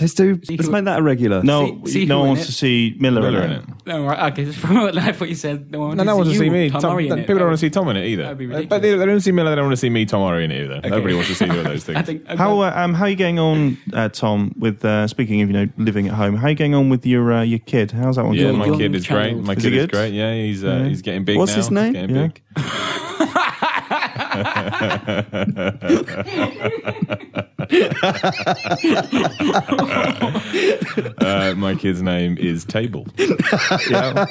[SPEAKER 2] Let's do.
[SPEAKER 3] See
[SPEAKER 2] let's
[SPEAKER 3] who-
[SPEAKER 2] make that a regular.
[SPEAKER 1] No,
[SPEAKER 3] See- see
[SPEAKER 1] no
[SPEAKER 3] who
[SPEAKER 1] one
[SPEAKER 3] in
[SPEAKER 1] wants
[SPEAKER 3] it.
[SPEAKER 1] to see Miller,
[SPEAKER 6] Miller
[SPEAKER 1] in
[SPEAKER 6] in
[SPEAKER 1] it.
[SPEAKER 6] it.
[SPEAKER 3] no, right, okay. Just from what I thought you said, no one
[SPEAKER 6] No, no one
[SPEAKER 3] wants
[SPEAKER 6] wants to see
[SPEAKER 3] you,
[SPEAKER 6] me.
[SPEAKER 3] Tom,
[SPEAKER 6] Tom-
[SPEAKER 3] Murray in
[SPEAKER 6] th-
[SPEAKER 3] it.
[SPEAKER 6] people
[SPEAKER 3] That
[SPEAKER 6] don't want
[SPEAKER 3] would-
[SPEAKER 6] to see Tom in it either.
[SPEAKER 3] that'd be
[SPEAKER 6] Uh, But they, they don't see Miller. They don't want to see me, Tom Murray in it either. Nobody wants to see either of those things.
[SPEAKER 3] I think okay.
[SPEAKER 1] How uh, um how are you getting on, uh, Tom? With uh, speaking of you know living at home, how are you getting on with your uh, your kid? How's that one
[SPEAKER 6] Yeah,
[SPEAKER 1] going?
[SPEAKER 6] my
[SPEAKER 3] young
[SPEAKER 6] kid is
[SPEAKER 3] child.
[SPEAKER 6] great. My
[SPEAKER 1] Is
[SPEAKER 6] kid
[SPEAKER 1] he
[SPEAKER 6] is
[SPEAKER 1] good?
[SPEAKER 6] great. Yeah, he's uh, he's getting big
[SPEAKER 2] What's
[SPEAKER 6] now.
[SPEAKER 2] his name?
[SPEAKER 6] He's getting
[SPEAKER 1] Yeah.
[SPEAKER 6] big. Uh, my kid's name is Table. Yeah.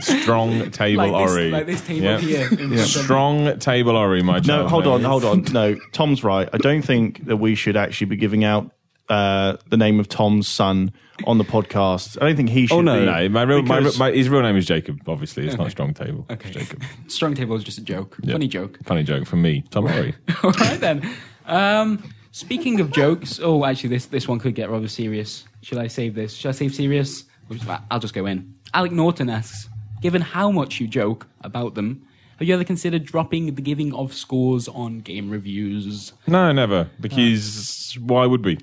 [SPEAKER 6] Strong Table
[SPEAKER 3] like,
[SPEAKER 6] Ori.
[SPEAKER 3] this, like this table
[SPEAKER 6] Yeah.
[SPEAKER 3] here.
[SPEAKER 6] Strong Table Ori, my
[SPEAKER 1] No,
[SPEAKER 6] child's
[SPEAKER 1] hold
[SPEAKER 6] name
[SPEAKER 1] on,
[SPEAKER 6] is.
[SPEAKER 1] hold on. No, Tom's right. I don't think that we should actually be giving out uh, the name of Tom's son on the podcast. I don't think he should.
[SPEAKER 2] no.
[SPEAKER 1] be,
[SPEAKER 6] Oh, No, my real, my,
[SPEAKER 1] because-
[SPEAKER 6] my, his real name is Jacob. Obviously, it's not Strong Table. It's
[SPEAKER 3] Okay.
[SPEAKER 6] Jacob.
[SPEAKER 3] Strong table is just a joke.
[SPEAKER 6] Yeah.
[SPEAKER 3] Funny joke.
[SPEAKER 6] Funny joke from me, Tom Ori.
[SPEAKER 3] All right then. Um, speaking of jokes, oh, actually, this this one could get rather serious. Should I save this? Should I save serious? Or just- I'll just go in. Alec Norton asks: Given how much you joke about them, have you ever considered dropping the giving of scores on game reviews?
[SPEAKER 6] no, never. Because why would we?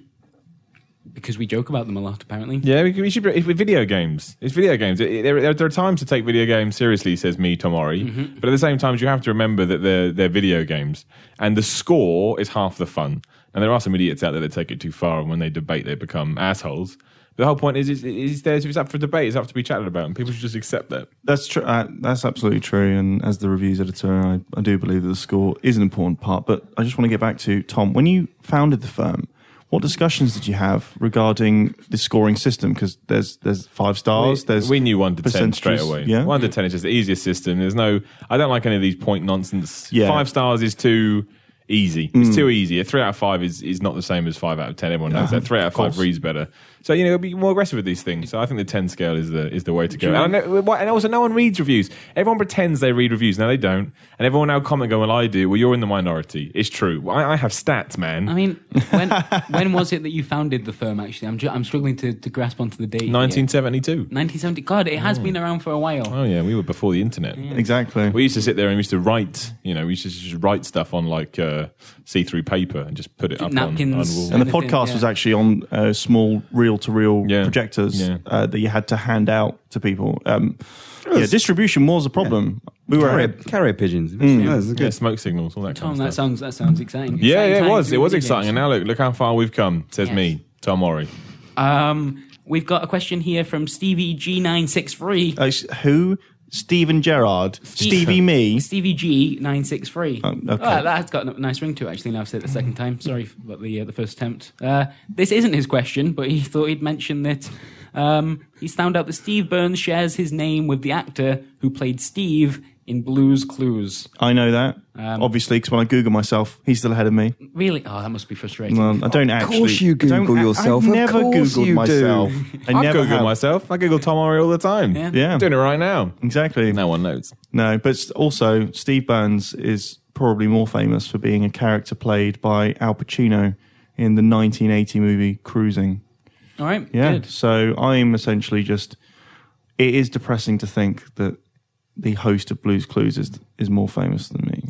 [SPEAKER 3] Because we joke about them a lot, apparently.
[SPEAKER 6] Yeah, we, we should. Be, if we video games, it's video games. It- it- there, there- there are times to take video games seriously, says me, Tomori. But at the same time, you have to remember that they're they're video games, and the score is half the fun. And there are some idiots out there that take it too far, and when they debate, they become assholes. But the whole point is, is, is there, it's up for debate. It's up to be chatted about, and people should just accept that.
[SPEAKER 1] That's true. Uh, that's absolutely true. And as the reviews editor, I, I do believe that the score is an important part. But I just want to get back to Tom. When you founded the firm, what discussions did you have regarding the scoring system? Because there's there's five stars. there's
[SPEAKER 6] we knew one to ten straight
[SPEAKER 1] percentages.
[SPEAKER 6] away.
[SPEAKER 1] Yeah.
[SPEAKER 6] one to ten is just the easiest system. There's no, I don't like any of these point nonsense.
[SPEAKER 1] Yeah. Mm.
[SPEAKER 6] Five stars is too easy. It's too easy. A three out of five is, is not the same as five out of ten. Everyone knows that. Three out of, five
[SPEAKER 1] course.
[SPEAKER 6] reads better. So you know, be more aggressive with these things. So I think the ten scale is the is the way to go.
[SPEAKER 3] you
[SPEAKER 6] And, I know- and also, no one reads reviews. Everyone pretends they read reviews. No, they don't. And everyone now comment going, "Well, I do." Well, you're in the minority. It's true. I, I have stats, man.
[SPEAKER 3] I mean, when when was it that you founded the firm? Actually, I'm ju- I'm struggling to, to grasp onto the date. here.
[SPEAKER 6] 1972.
[SPEAKER 3] 1970. God, it has been around for a while.
[SPEAKER 6] Oh yeah, we were before the internet.
[SPEAKER 1] exactly.
[SPEAKER 6] We used to sit there and we used to write, you know, we used to just write stuff on like uh, see-through paper and just put it up on, on
[SPEAKER 3] Napkins.
[SPEAKER 6] walls.
[SPEAKER 1] and the
[SPEAKER 3] Anything,
[SPEAKER 1] podcast
[SPEAKER 3] yeah.
[SPEAKER 1] was actually on uh, small reel-to-reel
[SPEAKER 6] Yeah.
[SPEAKER 1] projectors
[SPEAKER 6] Yeah.
[SPEAKER 1] uh, that you had to hand out to people. Um, yeah, distribution was a problem. We were
[SPEAKER 2] Carrier, carrier pigeons.
[SPEAKER 1] Mm.
[SPEAKER 2] Yeah, that's
[SPEAKER 6] Yeah,
[SPEAKER 2] good.
[SPEAKER 6] smoke signals, all that
[SPEAKER 3] Tom,
[SPEAKER 6] kind of
[SPEAKER 3] that
[SPEAKER 6] stuff.
[SPEAKER 3] sounds that sounds exciting.
[SPEAKER 6] yeah,
[SPEAKER 3] Exciting
[SPEAKER 6] yeah, it
[SPEAKER 3] times
[SPEAKER 6] was. It
[SPEAKER 3] in
[SPEAKER 6] was
[SPEAKER 3] video games.
[SPEAKER 6] exciting. And now look, look how far we've come, says
[SPEAKER 3] Yes.
[SPEAKER 6] me, Tom Ori.
[SPEAKER 3] Um, we've got a question here from Stevie G963.
[SPEAKER 1] uh, s- who Stephen Gerrard, Stevie Me.
[SPEAKER 3] Stevie G963.
[SPEAKER 1] Um, okay.
[SPEAKER 3] Oh, that's got a nice ring to it, actually. Now I've said it the second time. Sorry about the, uh, the first attempt. Uh, this isn't his question, but he thought he'd mention that um, he's found out that Steve Burns shares his name with the actor who played Steve in Blues Clues.
[SPEAKER 1] I know that
[SPEAKER 3] Um,
[SPEAKER 1] obviously because when I Google myself, he's still ahead of me.
[SPEAKER 3] Really? Oh, that must be frustrating.
[SPEAKER 1] Well, I don't actually.
[SPEAKER 2] you
[SPEAKER 1] I don't-
[SPEAKER 2] Google
[SPEAKER 1] I-
[SPEAKER 2] yourself.
[SPEAKER 1] I've
[SPEAKER 2] Of
[SPEAKER 1] never
[SPEAKER 2] course
[SPEAKER 1] googled
[SPEAKER 2] you do.
[SPEAKER 1] myself. I
[SPEAKER 6] I
[SPEAKER 1] never
[SPEAKER 6] Google
[SPEAKER 1] have.
[SPEAKER 6] myself. I Google Tom Ori all the time.
[SPEAKER 3] Yeah.
[SPEAKER 1] Yeah.
[SPEAKER 6] doing it right now.
[SPEAKER 1] Exactly.
[SPEAKER 6] No one knows.
[SPEAKER 1] No, but s- also Steve Burns is probably more famous for being a character played by Al Pacino in the 1980 movie Cruising.
[SPEAKER 3] All right.
[SPEAKER 1] Yeah.
[SPEAKER 3] Good.
[SPEAKER 1] So I'm essentially just. It is depressing to think that the host of Blues Clues is is more famous than me.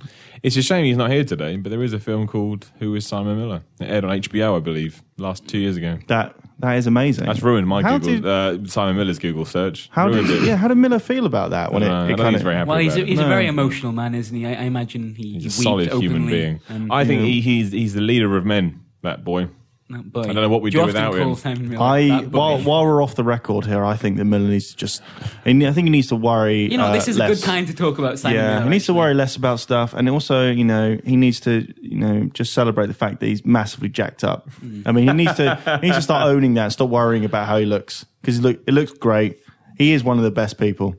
[SPEAKER 6] It's a shame he's not here today, but there is a film called Who is Simon Miller? It aired on HBO, I believe, last two years ago.
[SPEAKER 1] That that is amazing.
[SPEAKER 6] That's ruined my
[SPEAKER 1] How
[SPEAKER 6] Google,
[SPEAKER 1] did-
[SPEAKER 6] uh, Simon Miller's Google search.
[SPEAKER 1] How
[SPEAKER 6] ruined
[SPEAKER 1] did
[SPEAKER 6] it.
[SPEAKER 1] yeah? How did Miller feel about that when
[SPEAKER 6] No,
[SPEAKER 1] it,
[SPEAKER 6] I
[SPEAKER 1] it
[SPEAKER 6] don't think
[SPEAKER 1] kind
[SPEAKER 6] he's very
[SPEAKER 1] of
[SPEAKER 6] happy
[SPEAKER 3] Well,
[SPEAKER 6] about
[SPEAKER 3] he's a,
[SPEAKER 6] it.
[SPEAKER 3] he's a
[SPEAKER 1] No.
[SPEAKER 3] very emotional man, isn't he? I, I imagine he
[SPEAKER 6] He's a
[SPEAKER 3] weeped
[SPEAKER 6] solid human
[SPEAKER 3] openly
[SPEAKER 6] being.
[SPEAKER 3] and-
[SPEAKER 6] I think he, he's he's the leader of men. That boy.
[SPEAKER 3] No, boy.
[SPEAKER 6] I don't know what we'd
[SPEAKER 3] Do you
[SPEAKER 6] do
[SPEAKER 3] often
[SPEAKER 6] without
[SPEAKER 3] call
[SPEAKER 6] him.
[SPEAKER 3] Simon Miller
[SPEAKER 1] I
[SPEAKER 3] that boy?
[SPEAKER 1] while while we're off the record here, I think that Miller needs to just. I think he needs to worry.
[SPEAKER 3] you know,
[SPEAKER 1] uh,
[SPEAKER 3] this is a
[SPEAKER 1] less.
[SPEAKER 3] good time to talk about Simon
[SPEAKER 1] Yeah,
[SPEAKER 3] Miller.
[SPEAKER 1] he needs to
[SPEAKER 3] actually.
[SPEAKER 1] worry less about stuff, and also, you know, he needs to, you know, just celebrate the fact that he's massively jacked up. I mean, he needs to, he needs to start owning that, stop worrying about how he looks because look, it looks great. He is one of the best people.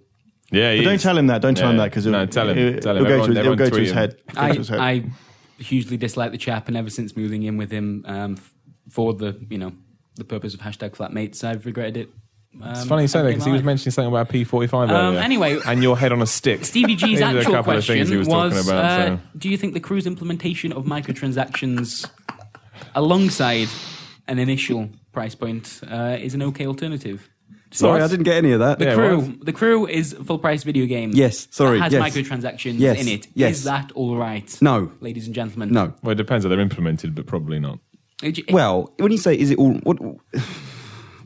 [SPEAKER 6] Yeah, he
[SPEAKER 1] But don't
[SPEAKER 6] is.
[SPEAKER 1] tell him that. Don't tell him
[SPEAKER 6] Yeah.
[SPEAKER 1] that because
[SPEAKER 6] no, tell him.
[SPEAKER 1] It,
[SPEAKER 6] tell
[SPEAKER 1] It'll go
[SPEAKER 6] him. Everyone-
[SPEAKER 1] to his, it'll
[SPEAKER 6] everyone
[SPEAKER 1] go to
[SPEAKER 6] tweet
[SPEAKER 1] his
[SPEAKER 6] him.
[SPEAKER 1] head. It'll go to his head.
[SPEAKER 3] I, I hugely dislike the chap, and ever since moving in with him um, f- for the you know the purpose of hashtag flatmates, I've regretted it. Um,
[SPEAKER 6] It's funny you say that
[SPEAKER 3] every
[SPEAKER 6] because
[SPEAKER 3] day
[SPEAKER 6] he was
[SPEAKER 3] of my life.
[SPEAKER 6] mentioning something about a P45
[SPEAKER 3] Um,
[SPEAKER 6] earlier.
[SPEAKER 3] anyway-
[SPEAKER 6] and your head on a stick.
[SPEAKER 3] Stevie G's
[SPEAKER 6] These are a
[SPEAKER 3] actual
[SPEAKER 6] couple of
[SPEAKER 3] question
[SPEAKER 6] things he was talking about,
[SPEAKER 3] uh,
[SPEAKER 6] so-
[SPEAKER 3] Do you think the crew's implementation of microtransactions alongside an initial price point uh, is an okay alternative?
[SPEAKER 2] Sorry,
[SPEAKER 6] What?
[SPEAKER 2] I didn't get any of that.
[SPEAKER 3] The
[SPEAKER 6] Yeah,
[SPEAKER 3] crew,
[SPEAKER 6] what?
[SPEAKER 3] the crew is full price video game.
[SPEAKER 2] Yes, sorry,
[SPEAKER 3] That
[SPEAKER 2] yes.
[SPEAKER 3] has microtransactions
[SPEAKER 2] Yes,
[SPEAKER 3] in it. Is
[SPEAKER 2] yes.
[SPEAKER 3] that all right?
[SPEAKER 2] No.
[SPEAKER 3] ladies and gentlemen. Uh,
[SPEAKER 2] No.
[SPEAKER 6] Well, it depends how they're implemented, but probably not.
[SPEAKER 3] It- it-
[SPEAKER 2] Well, when you say is it all what?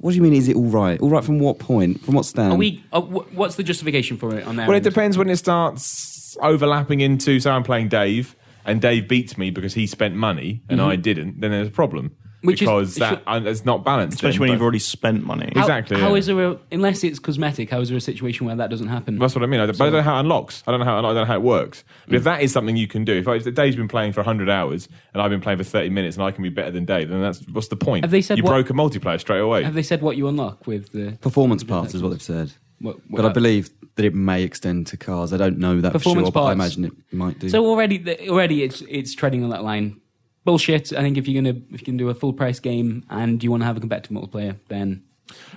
[SPEAKER 2] What do you mean? Is it all right? All right from what point? From what stand?
[SPEAKER 3] Are we? Uh, wh- what's the justification for it on there?
[SPEAKER 6] um, Well, it depends when it starts overlapping into. So I'm playing Dave, and Dave beats me because he spent money and I didn't. Then there's a problem.
[SPEAKER 3] Mm-hmm. Which is-
[SPEAKER 6] because that
[SPEAKER 3] should-
[SPEAKER 6] and it's not balanced.
[SPEAKER 1] especially
[SPEAKER 6] in,
[SPEAKER 1] when
[SPEAKER 6] but-
[SPEAKER 1] you've already spent money.
[SPEAKER 6] How- Exactly,
[SPEAKER 3] How
[SPEAKER 6] yeah.
[SPEAKER 3] is there a, unless it's cosmetic? How is there a situation where that doesn't happen?
[SPEAKER 6] That's what I mean. I, don't- but I don't know how it unlocks. I don't know how I don't know how it works. But
[SPEAKER 3] Mm.
[SPEAKER 6] if that is something you can do, if, I, if Dave's been playing for hundred hours and I've been playing for thirty minutes and I can be better than Dave, then that's what's the point?
[SPEAKER 3] Have they said
[SPEAKER 6] you
[SPEAKER 3] what-
[SPEAKER 6] broke a multiplayer straight away?
[SPEAKER 3] Have they said what you unlock with the
[SPEAKER 2] Performance parts is what they've said.
[SPEAKER 3] What-
[SPEAKER 2] but I
[SPEAKER 3] what-
[SPEAKER 2] believe that it may extend to cars. I don't know that
[SPEAKER 3] Performance
[SPEAKER 2] for sure, but I
[SPEAKER 3] parts.
[SPEAKER 2] imagine it might do.
[SPEAKER 3] So already, the- already it's it's treading on that line. Bullshit. I think if you're gonna if you can do a full price game and you want to have a competitive multiplayer, then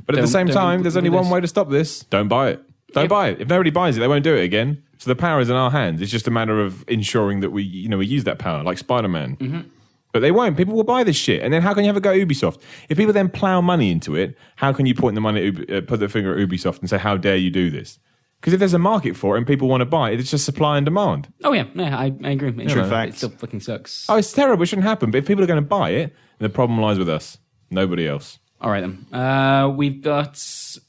[SPEAKER 6] But at the
[SPEAKER 3] Don't-
[SPEAKER 6] same
[SPEAKER 3] don't
[SPEAKER 6] time, there's
[SPEAKER 3] do
[SPEAKER 6] only
[SPEAKER 3] this.
[SPEAKER 6] one way to stop this. Don't buy it. Don't
[SPEAKER 3] If-
[SPEAKER 6] buy it. If nobody buys it, they won't do it again. So the power is in our hands. It's just a matter of ensuring that we, you know, we use that power, like Spider Man. But they won't. People will buy this shit, and then how can you have a go at Ubisoft? If people then plow money into it, how can you point the money, at Ub- uh, put the finger at Ubisoft, and say, "How dare you do this?" Because if there's a market for it and people want to buy it, it's just supply and demand.
[SPEAKER 3] oh yeah, yeah, I, I agree. True
[SPEAKER 1] facts.
[SPEAKER 3] It still fucking sucks.
[SPEAKER 6] Oh, it's terrible. It shouldn't happen. But if people are going to buy it, then the problem lies with us, nobody else.
[SPEAKER 3] All right then. Uh, we've got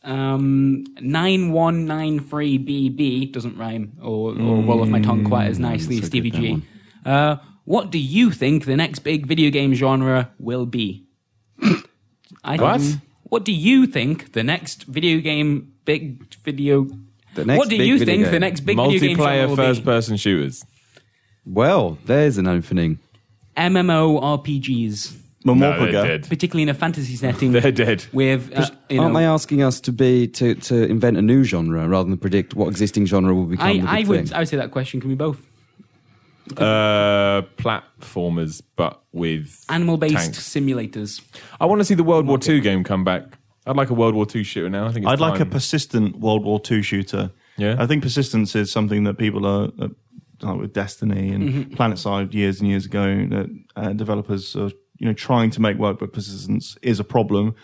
[SPEAKER 3] um, nine one nine three BB doesn't rhyme or, or roll off my tongue quite
[SPEAKER 2] Hmm,
[SPEAKER 3] as nicely as Stevie G. Uh, what do you think the next big video game genre will be? I
[SPEAKER 6] What?
[SPEAKER 3] What do you think the next video game big video?
[SPEAKER 2] The next
[SPEAKER 3] what do
[SPEAKER 2] big
[SPEAKER 3] you
[SPEAKER 2] video
[SPEAKER 3] think the
[SPEAKER 2] game.
[SPEAKER 3] next big video game genre
[SPEAKER 6] Multiplayer
[SPEAKER 3] will be?
[SPEAKER 6] first-person shooters.
[SPEAKER 2] well, there's an opening.
[SPEAKER 3] MMORPGs,
[SPEAKER 6] No, they're
[SPEAKER 1] Mamorpaga.
[SPEAKER 6] dead.
[SPEAKER 3] particularly in a fantasy setting.
[SPEAKER 6] They're dead.
[SPEAKER 3] With uh, you
[SPEAKER 2] Aren't
[SPEAKER 3] know,
[SPEAKER 2] they asking us to be to, to invent a new genre rather than predict what existing genre will become? the big
[SPEAKER 3] I, I would
[SPEAKER 2] thing?
[SPEAKER 3] I would say that question can be both.
[SPEAKER 6] Uh, platformers, but with
[SPEAKER 3] animal based
[SPEAKER 6] tanks.
[SPEAKER 3] simulators.
[SPEAKER 6] I want to see the World War II game come back. I'd like a World War II shooter now. I think it's
[SPEAKER 1] I'd like a
[SPEAKER 6] time.
[SPEAKER 1] persistent World War II shooter.
[SPEAKER 6] Yeah.
[SPEAKER 1] I think persistence is something that people are, uh, like with Destiny and
[SPEAKER 2] Mm-hmm.
[SPEAKER 1] PlanetSide years and years ago, that uh, developers are you know trying to make work, but persistence is a problem.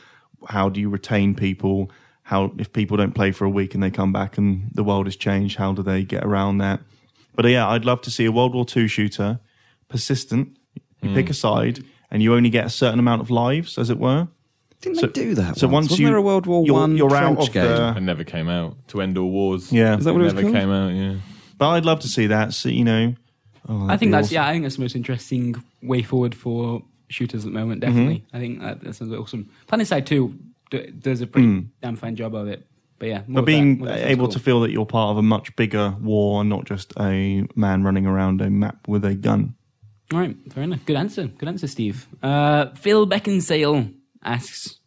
[SPEAKER 1] How do you retain people? How if people don't play for a week and they come back and the world has changed, how do they get around that? But uh, yeah, I'd love to see a World War II shooter, persistent. You
[SPEAKER 2] Mm.
[SPEAKER 1] pick a side, and you only get a certain amount of lives, as it were.
[SPEAKER 2] Didn't
[SPEAKER 1] So-
[SPEAKER 2] they do that?
[SPEAKER 1] so
[SPEAKER 2] once?
[SPEAKER 1] once
[SPEAKER 2] Wasn't
[SPEAKER 1] you-
[SPEAKER 2] there a World War
[SPEAKER 1] you're-
[SPEAKER 2] One
[SPEAKER 1] you're out
[SPEAKER 2] trench
[SPEAKER 1] of
[SPEAKER 2] game?
[SPEAKER 1] the-
[SPEAKER 6] It never came out to end all wars.
[SPEAKER 1] Yeah. Is
[SPEAKER 2] that what it was
[SPEAKER 6] never
[SPEAKER 2] called?
[SPEAKER 6] came out. Yeah.
[SPEAKER 1] But I'd love to see that. So you know, Oh,
[SPEAKER 3] I think
[SPEAKER 1] be
[SPEAKER 3] that's
[SPEAKER 1] awesome.
[SPEAKER 3] yeah. I think that's the most interesting way forward for shooters at the moment. Definitely,
[SPEAKER 6] Mm-hmm.
[SPEAKER 3] I think that, that sounds awesome. Planet Side Two d- does a pretty
[SPEAKER 6] Mm.
[SPEAKER 3] damn fine job of it. But yeah, more
[SPEAKER 1] but
[SPEAKER 3] of
[SPEAKER 1] being
[SPEAKER 3] that- more of that sounds
[SPEAKER 1] able
[SPEAKER 3] cool.
[SPEAKER 1] to feel that you're part of a much bigger war and not just a man running around a map with a gun.
[SPEAKER 3] All right, fair enough. Good answer. Good answer, Steve. Uh, Phil Beckinsale asks,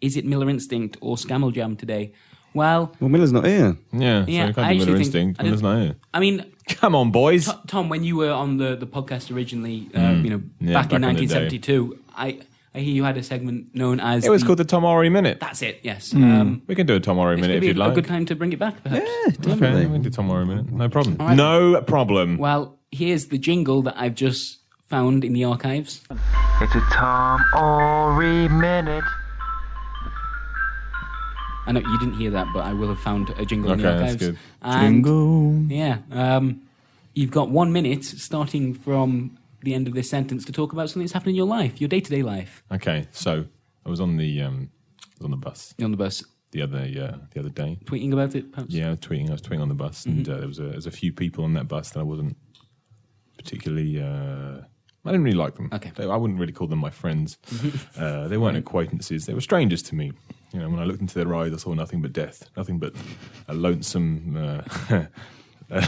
[SPEAKER 3] "Is it Miller Instinct or Scammel Jam today?" Well,
[SPEAKER 2] Well, Miller's not here.
[SPEAKER 6] Yeah.
[SPEAKER 3] Yeah,
[SPEAKER 6] so you
[SPEAKER 3] I
[SPEAKER 6] can't do
[SPEAKER 3] actually
[SPEAKER 6] Miller
[SPEAKER 3] think-
[SPEAKER 6] Instinct.
[SPEAKER 3] I did-
[SPEAKER 6] Miller's not here.
[SPEAKER 3] I mean,
[SPEAKER 6] Come on, boys.
[SPEAKER 3] T- Tom, when you were on the, the podcast originally, uh, you know,
[SPEAKER 6] Mm. Yeah,
[SPEAKER 3] back, in
[SPEAKER 6] back in the day.
[SPEAKER 3] 1972, I, I hear you had a segment known as
[SPEAKER 6] It was
[SPEAKER 3] the-
[SPEAKER 6] called the Tom Ori Minute.
[SPEAKER 3] That's it. Yes. Um,
[SPEAKER 6] We can do Hmm. a Tom Ori
[SPEAKER 3] it's
[SPEAKER 6] Minute
[SPEAKER 3] gonna
[SPEAKER 6] if
[SPEAKER 3] be
[SPEAKER 6] you'd
[SPEAKER 3] a,
[SPEAKER 6] like.
[SPEAKER 3] good time to bring it back, perhaps.
[SPEAKER 6] okay, we can do Tom Ori Minute. No problem.
[SPEAKER 3] right.
[SPEAKER 6] No problem.
[SPEAKER 3] Well, here's the jingle that I've just found in the archives.
[SPEAKER 7] It's a Tom Ori minute.
[SPEAKER 3] I know you didn't hear that, but I will have found a jingle in the
[SPEAKER 6] Okay, that's
[SPEAKER 3] archives.
[SPEAKER 6] good.
[SPEAKER 3] And,
[SPEAKER 1] Jingle.
[SPEAKER 3] Yeah. Um, you've got one minute starting from the end of this sentence to talk about something that's happened in your life, your day to day life.
[SPEAKER 6] Okay, so I was on the um, I was on the bus
[SPEAKER 3] You're on the bus
[SPEAKER 6] the other uh, the other day.
[SPEAKER 3] tweeting about it, perhaps?
[SPEAKER 6] Yeah, I was tweeting. I was tweeting on the bus, and uh, there was a there was a few people on that bus that I wasn't particularly. Uh, I didn't really like them.
[SPEAKER 3] Okay.
[SPEAKER 6] They- I wouldn't really call them my friends. uh, they weren't acquaintances. They were strangers to me. You know, when I looked into their eyes, I saw nothing but death, nothing but a lonesome. Uh,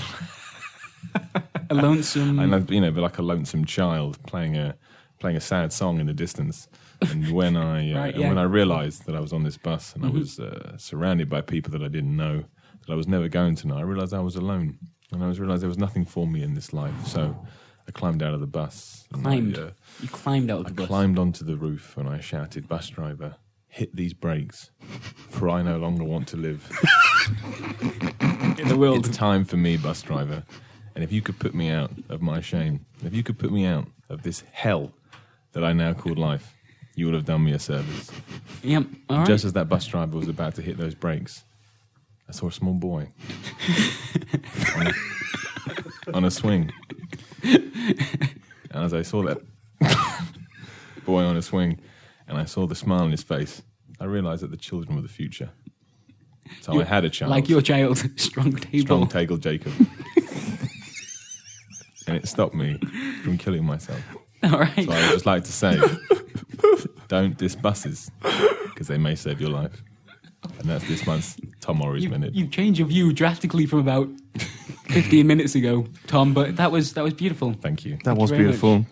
[SPEAKER 3] A lonesome.
[SPEAKER 6] and I've, you know, but like a lonesome child playing a playing a sad song in the distance. And when I uh,
[SPEAKER 3] Right,
[SPEAKER 6] and
[SPEAKER 3] yeah. Mm-hmm.
[SPEAKER 6] when I realised that I was on this bus and I was uh, surrounded by people that I didn't know, that I was never going to know, I realised I was alone, and I was realised there was nothing for me in this life. So I climbed out of the bus. and I,
[SPEAKER 3] climbed.
[SPEAKER 6] uh,
[SPEAKER 3] you climbed out of the
[SPEAKER 6] I
[SPEAKER 3] bus.
[SPEAKER 6] climbed onto the roof and I shouted, "Bus driver, hit these brakes, for I no longer want to live."
[SPEAKER 3] in the world.
[SPEAKER 6] It's time for me, bus driver. And if you could put me out of my shame, if you could put me out of this hell that I now call life, you would have done me a service.
[SPEAKER 3] Yep. All right.
[SPEAKER 6] Just as that bus driver was about to hit those brakes, I saw a small boy on, a, on a swing. And as I saw that boy on a swing and I saw the smile on his face, I realized that the children were the future. So I had a child
[SPEAKER 3] like your child, strong table.
[SPEAKER 6] strong Tagle Jacob. and it stopped me from killing myself.
[SPEAKER 3] All
[SPEAKER 6] So
[SPEAKER 3] right.
[SPEAKER 6] I would just like to say Don't diss buses because they may save your life. And that's this month's Tom Ory's
[SPEAKER 3] You,
[SPEAKER 6] minute.
[SPEAKER 3] you've changed your view drastically from about 15 minutes ago, Tom. But that was that was beautiful.
[SPEAKER 6] Thank you.
[SPEAKER 1] That was
[SPEAKER 3] very much.
[SPEAKER 1] beautiful.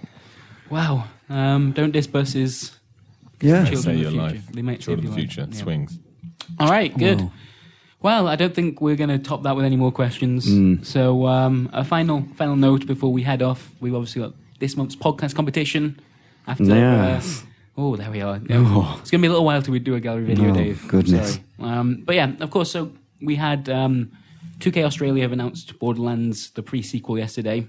[SPEAKER 3] Wow. Um, don't diss buses.
[SPEAKER 2] Yeah.
[SPEAKER 3] Children
[SPEAKER 6] Save
[SPEAKER 3] of the
[SPEAKER 6] your
[SPEAKER 3] future.
[SPEAKER 6] life.
[SPEAKER 3] They might save
[SPEAKER 6] Children
[SPEAKER 3] your
[SPEAKER 6] of the
[SPEAKER 3] life.
[SPEAKER 6] future.
[SPEAKER 3] Yeah.
[SPEAKER 6] Swings.
[SPEAKER 3] All right, good. Well, I don't think we're going to top that with any more questions. So, um, a final final note before we head off. We've obviously got this month's podcast competition. After,
[SPEAKER 2] Yes.
[SPEAKER 3] uh, oh, there we are. It's going to be a little while till we do a gallery video,
[SPEAKER 2] Oh,
[SPEAKER 3] Dave. I'm
[SPEAKER 2] goodness.
[SPEAKER 3] sorry. Um, but yeah, of course. So we had um, 2K Australia have announced Borderlands the pre-sequel yesterday,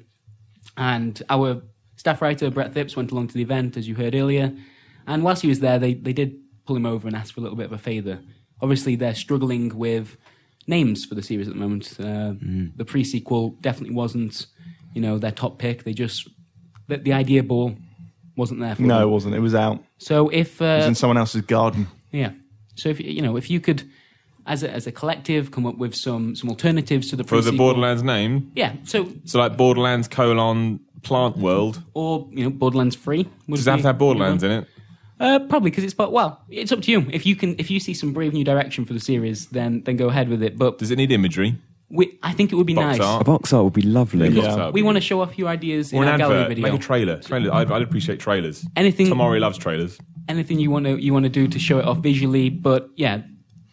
[SPEAKER 3] and our staff writer Brett Phipps went along to the event, as you heard earlier. And whilst he was there, they, they did pull him over and ask for a little bit of a favour. Obviously, they're struggling with names for the series at the moment. Uh, The pre-sequel definitely wasn't, you know, their top pick. They just the, the idea ball wasn't there. For
[SPEAKER 1] No, it
[SPEAKER 3] them.
[SPEAKER 1] wasn't. It was out.
[SPEAKER 3] So if uh,
[SPEAKER 1] It was in someone else's garden.
[SPEAKER 3] yeah. So if you know if you could, as a, as a collective, come up with some some alternatives to the
[SPEAKER 6] For
[SPEAKER 3] pre
[SPEAKER 6] the Borderlands name,
[SPEAKER 3] Yeah. So
[SPEAKER 6] so like Borderlands colon Plant World.
[SPEAKER 3] or you know Borderlands free. would
[SPEAKER 6] Does it have
[SPEAKER 3] be-
[SPEAKER 6] to have Borderlands in it?
[SPEAKER 3] Uh, probably because it's part. Well, it's up to you. If you can, if you see some brave new direction for the series, then then go ahead with it. But
[SPEAKER 6] Does it need imagery?
[SPEAKER 3] we, I think it would be
[SPEAKER 6] Box
[SPEAKER 3] nice.
[SPEAKER 2] A
[SPEAKER 6] art?
[SPEAKER 2] box art would be lovely.
[SPEAKER 6] Box
[SPEAKER 1] Yeah.
[SPEAKER 6] art.
[SPEAKER 3] We want to show off your ideas
[SPEAKER 6] or
[SPEAKER 3] in
[SPEAKER 6] an
[SPEAKER 3] our gallery
[SPEAKER 6] advert.
[SPEAKER 3] video.
[SPEAKER 6] Make a trailer. Trailer. I, I'd appreciate trailers.
[SPEAKER 3] Anything-
[SPEAKER 6] Tom Ory loves trailers.
[SPEAKER 3] anything you want to you want to do to show it off visually. But yeah,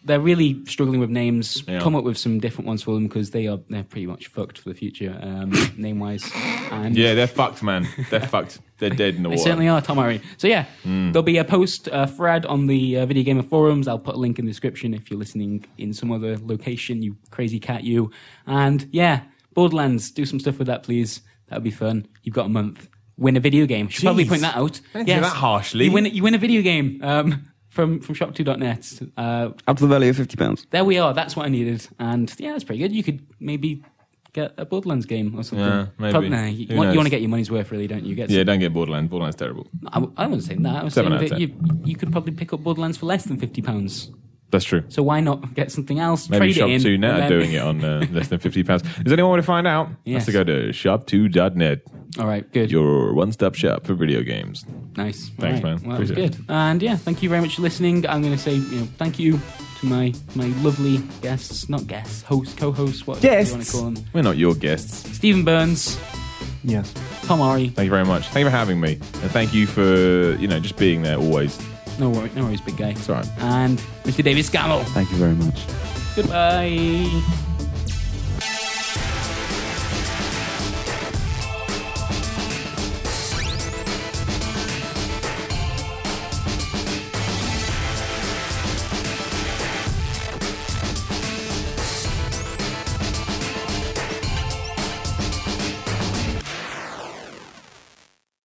[SPEAKER 3] they're really struggling with names.
[SPEAKER 6] Yeah.
[SPEAKER 3] Come up with some different ones for them because they are they're pretty much fucked for the future um, name wise. And
[SPEAKER 6] Yeah, they're fucked, man. They're fucked. They're dead in the
[SPEAKER 3] They
[SPEAKER 6] water.
[SPEAKER 3] certainly are, Tom Murray. So yeah,
[SPEAKER 6] Hmm.
[SPEAKER 3] there'll be a post uh, thread on the uh, Video Gamer forums. I'll put a link in the description if you're listening in some other location, you crazy cat, you. And yeah, Borderlands, do some stuff with that, please. That would be fun. You've got a month. Win a video game. Should probably
[SPEAKER 6] Jeez.
[SPEAKER 3] point that out.
[SPEAKER 6] Don't say that harshly.
[SPEAKER 3] You win. You win a video game um, from from Shop2.net. Uh,
[SPEAKER 2] Up to the value of fifty pounds.
[SPEAKER 3] there we are. That's what I needed. And yeah, that's pretty good. You could maybe get a Borderlands game or something.
[SPEAKER 6] Yeah, maybe.
[SPEAKER 3] Prob- nah, you,
[SPEAKER 6] Who
[SPEAKER 3] want,
[SPEAKER 6] knows?
[SPEAKER 3] you want to get your money's worth, really, don't you? Get
[SPEAKER 6] Yeah, don't get Borderlands. Borderlands terrible.
[SPEAKER 3] I, w- I wasn't saying that. I was
[SPEAKER 6] Seven
[SPEAKER 3] saying
[SPEAKER 6] out
[SPEAKER 3] that
[SPEAKER 6] of
[SPEAKER 3] you, you could probably pick up Borderlands for less than fifty pounds.
[SPEAKER 6] That's true.
[SPEAKER 3] So why not get something else?
[SPEAKER 6] Maybe
[SPEAKER 3] trade it in.
[SPEAKER 6] Shop2
[SPEAKER 3] and
[SPEAKER 6] net are
[SPEAKER 3] then-
[SPEAKER 6] doing it on uh, less than fifty pounds. Does anyone want to find out?
[SPEAKER 3] Yes.
[SPEAKER 6] Has to go to shop2.net,
[SPEAKER 3] All right, good.
[SPEAKER 6] your one-stop shop for video games.
[SPEAKER 3] nice. All
[SPEAKER 6] Thanks,
[SPEAKER 3] right.
[SPEAKER 6] man.
[SPEAKER 3] Well, that was
[SPEAKER 6] Appreciate
[SPEAKER 3] good. And yeah, thank you very much for listening. I'm going to say you know, thank you to my my lovely guests, not guests, hosts, co-hosts, what do you want to
[SPEAKER 6] Guests.
[SPEAKER 3] call them?
[SPEAKER 6] We're not your guests.
[SPEAKER 3] Stephen Burns,
[SPEAKER 1] Yes.
[SPEAKER 3] Tom Ari.
[SPEAKER 6] Thank you very much. Thank you for having me, and thank you for you know just being there always.
[SPEAKER 3] No worries, no worries, big guy.
[SPEAKER 6] It's all right.
[SPEAKER 3] And Mr. David Scammell.
[SPEAKER 2] Thank you very much.
[SPEAKER 3] Goodbye.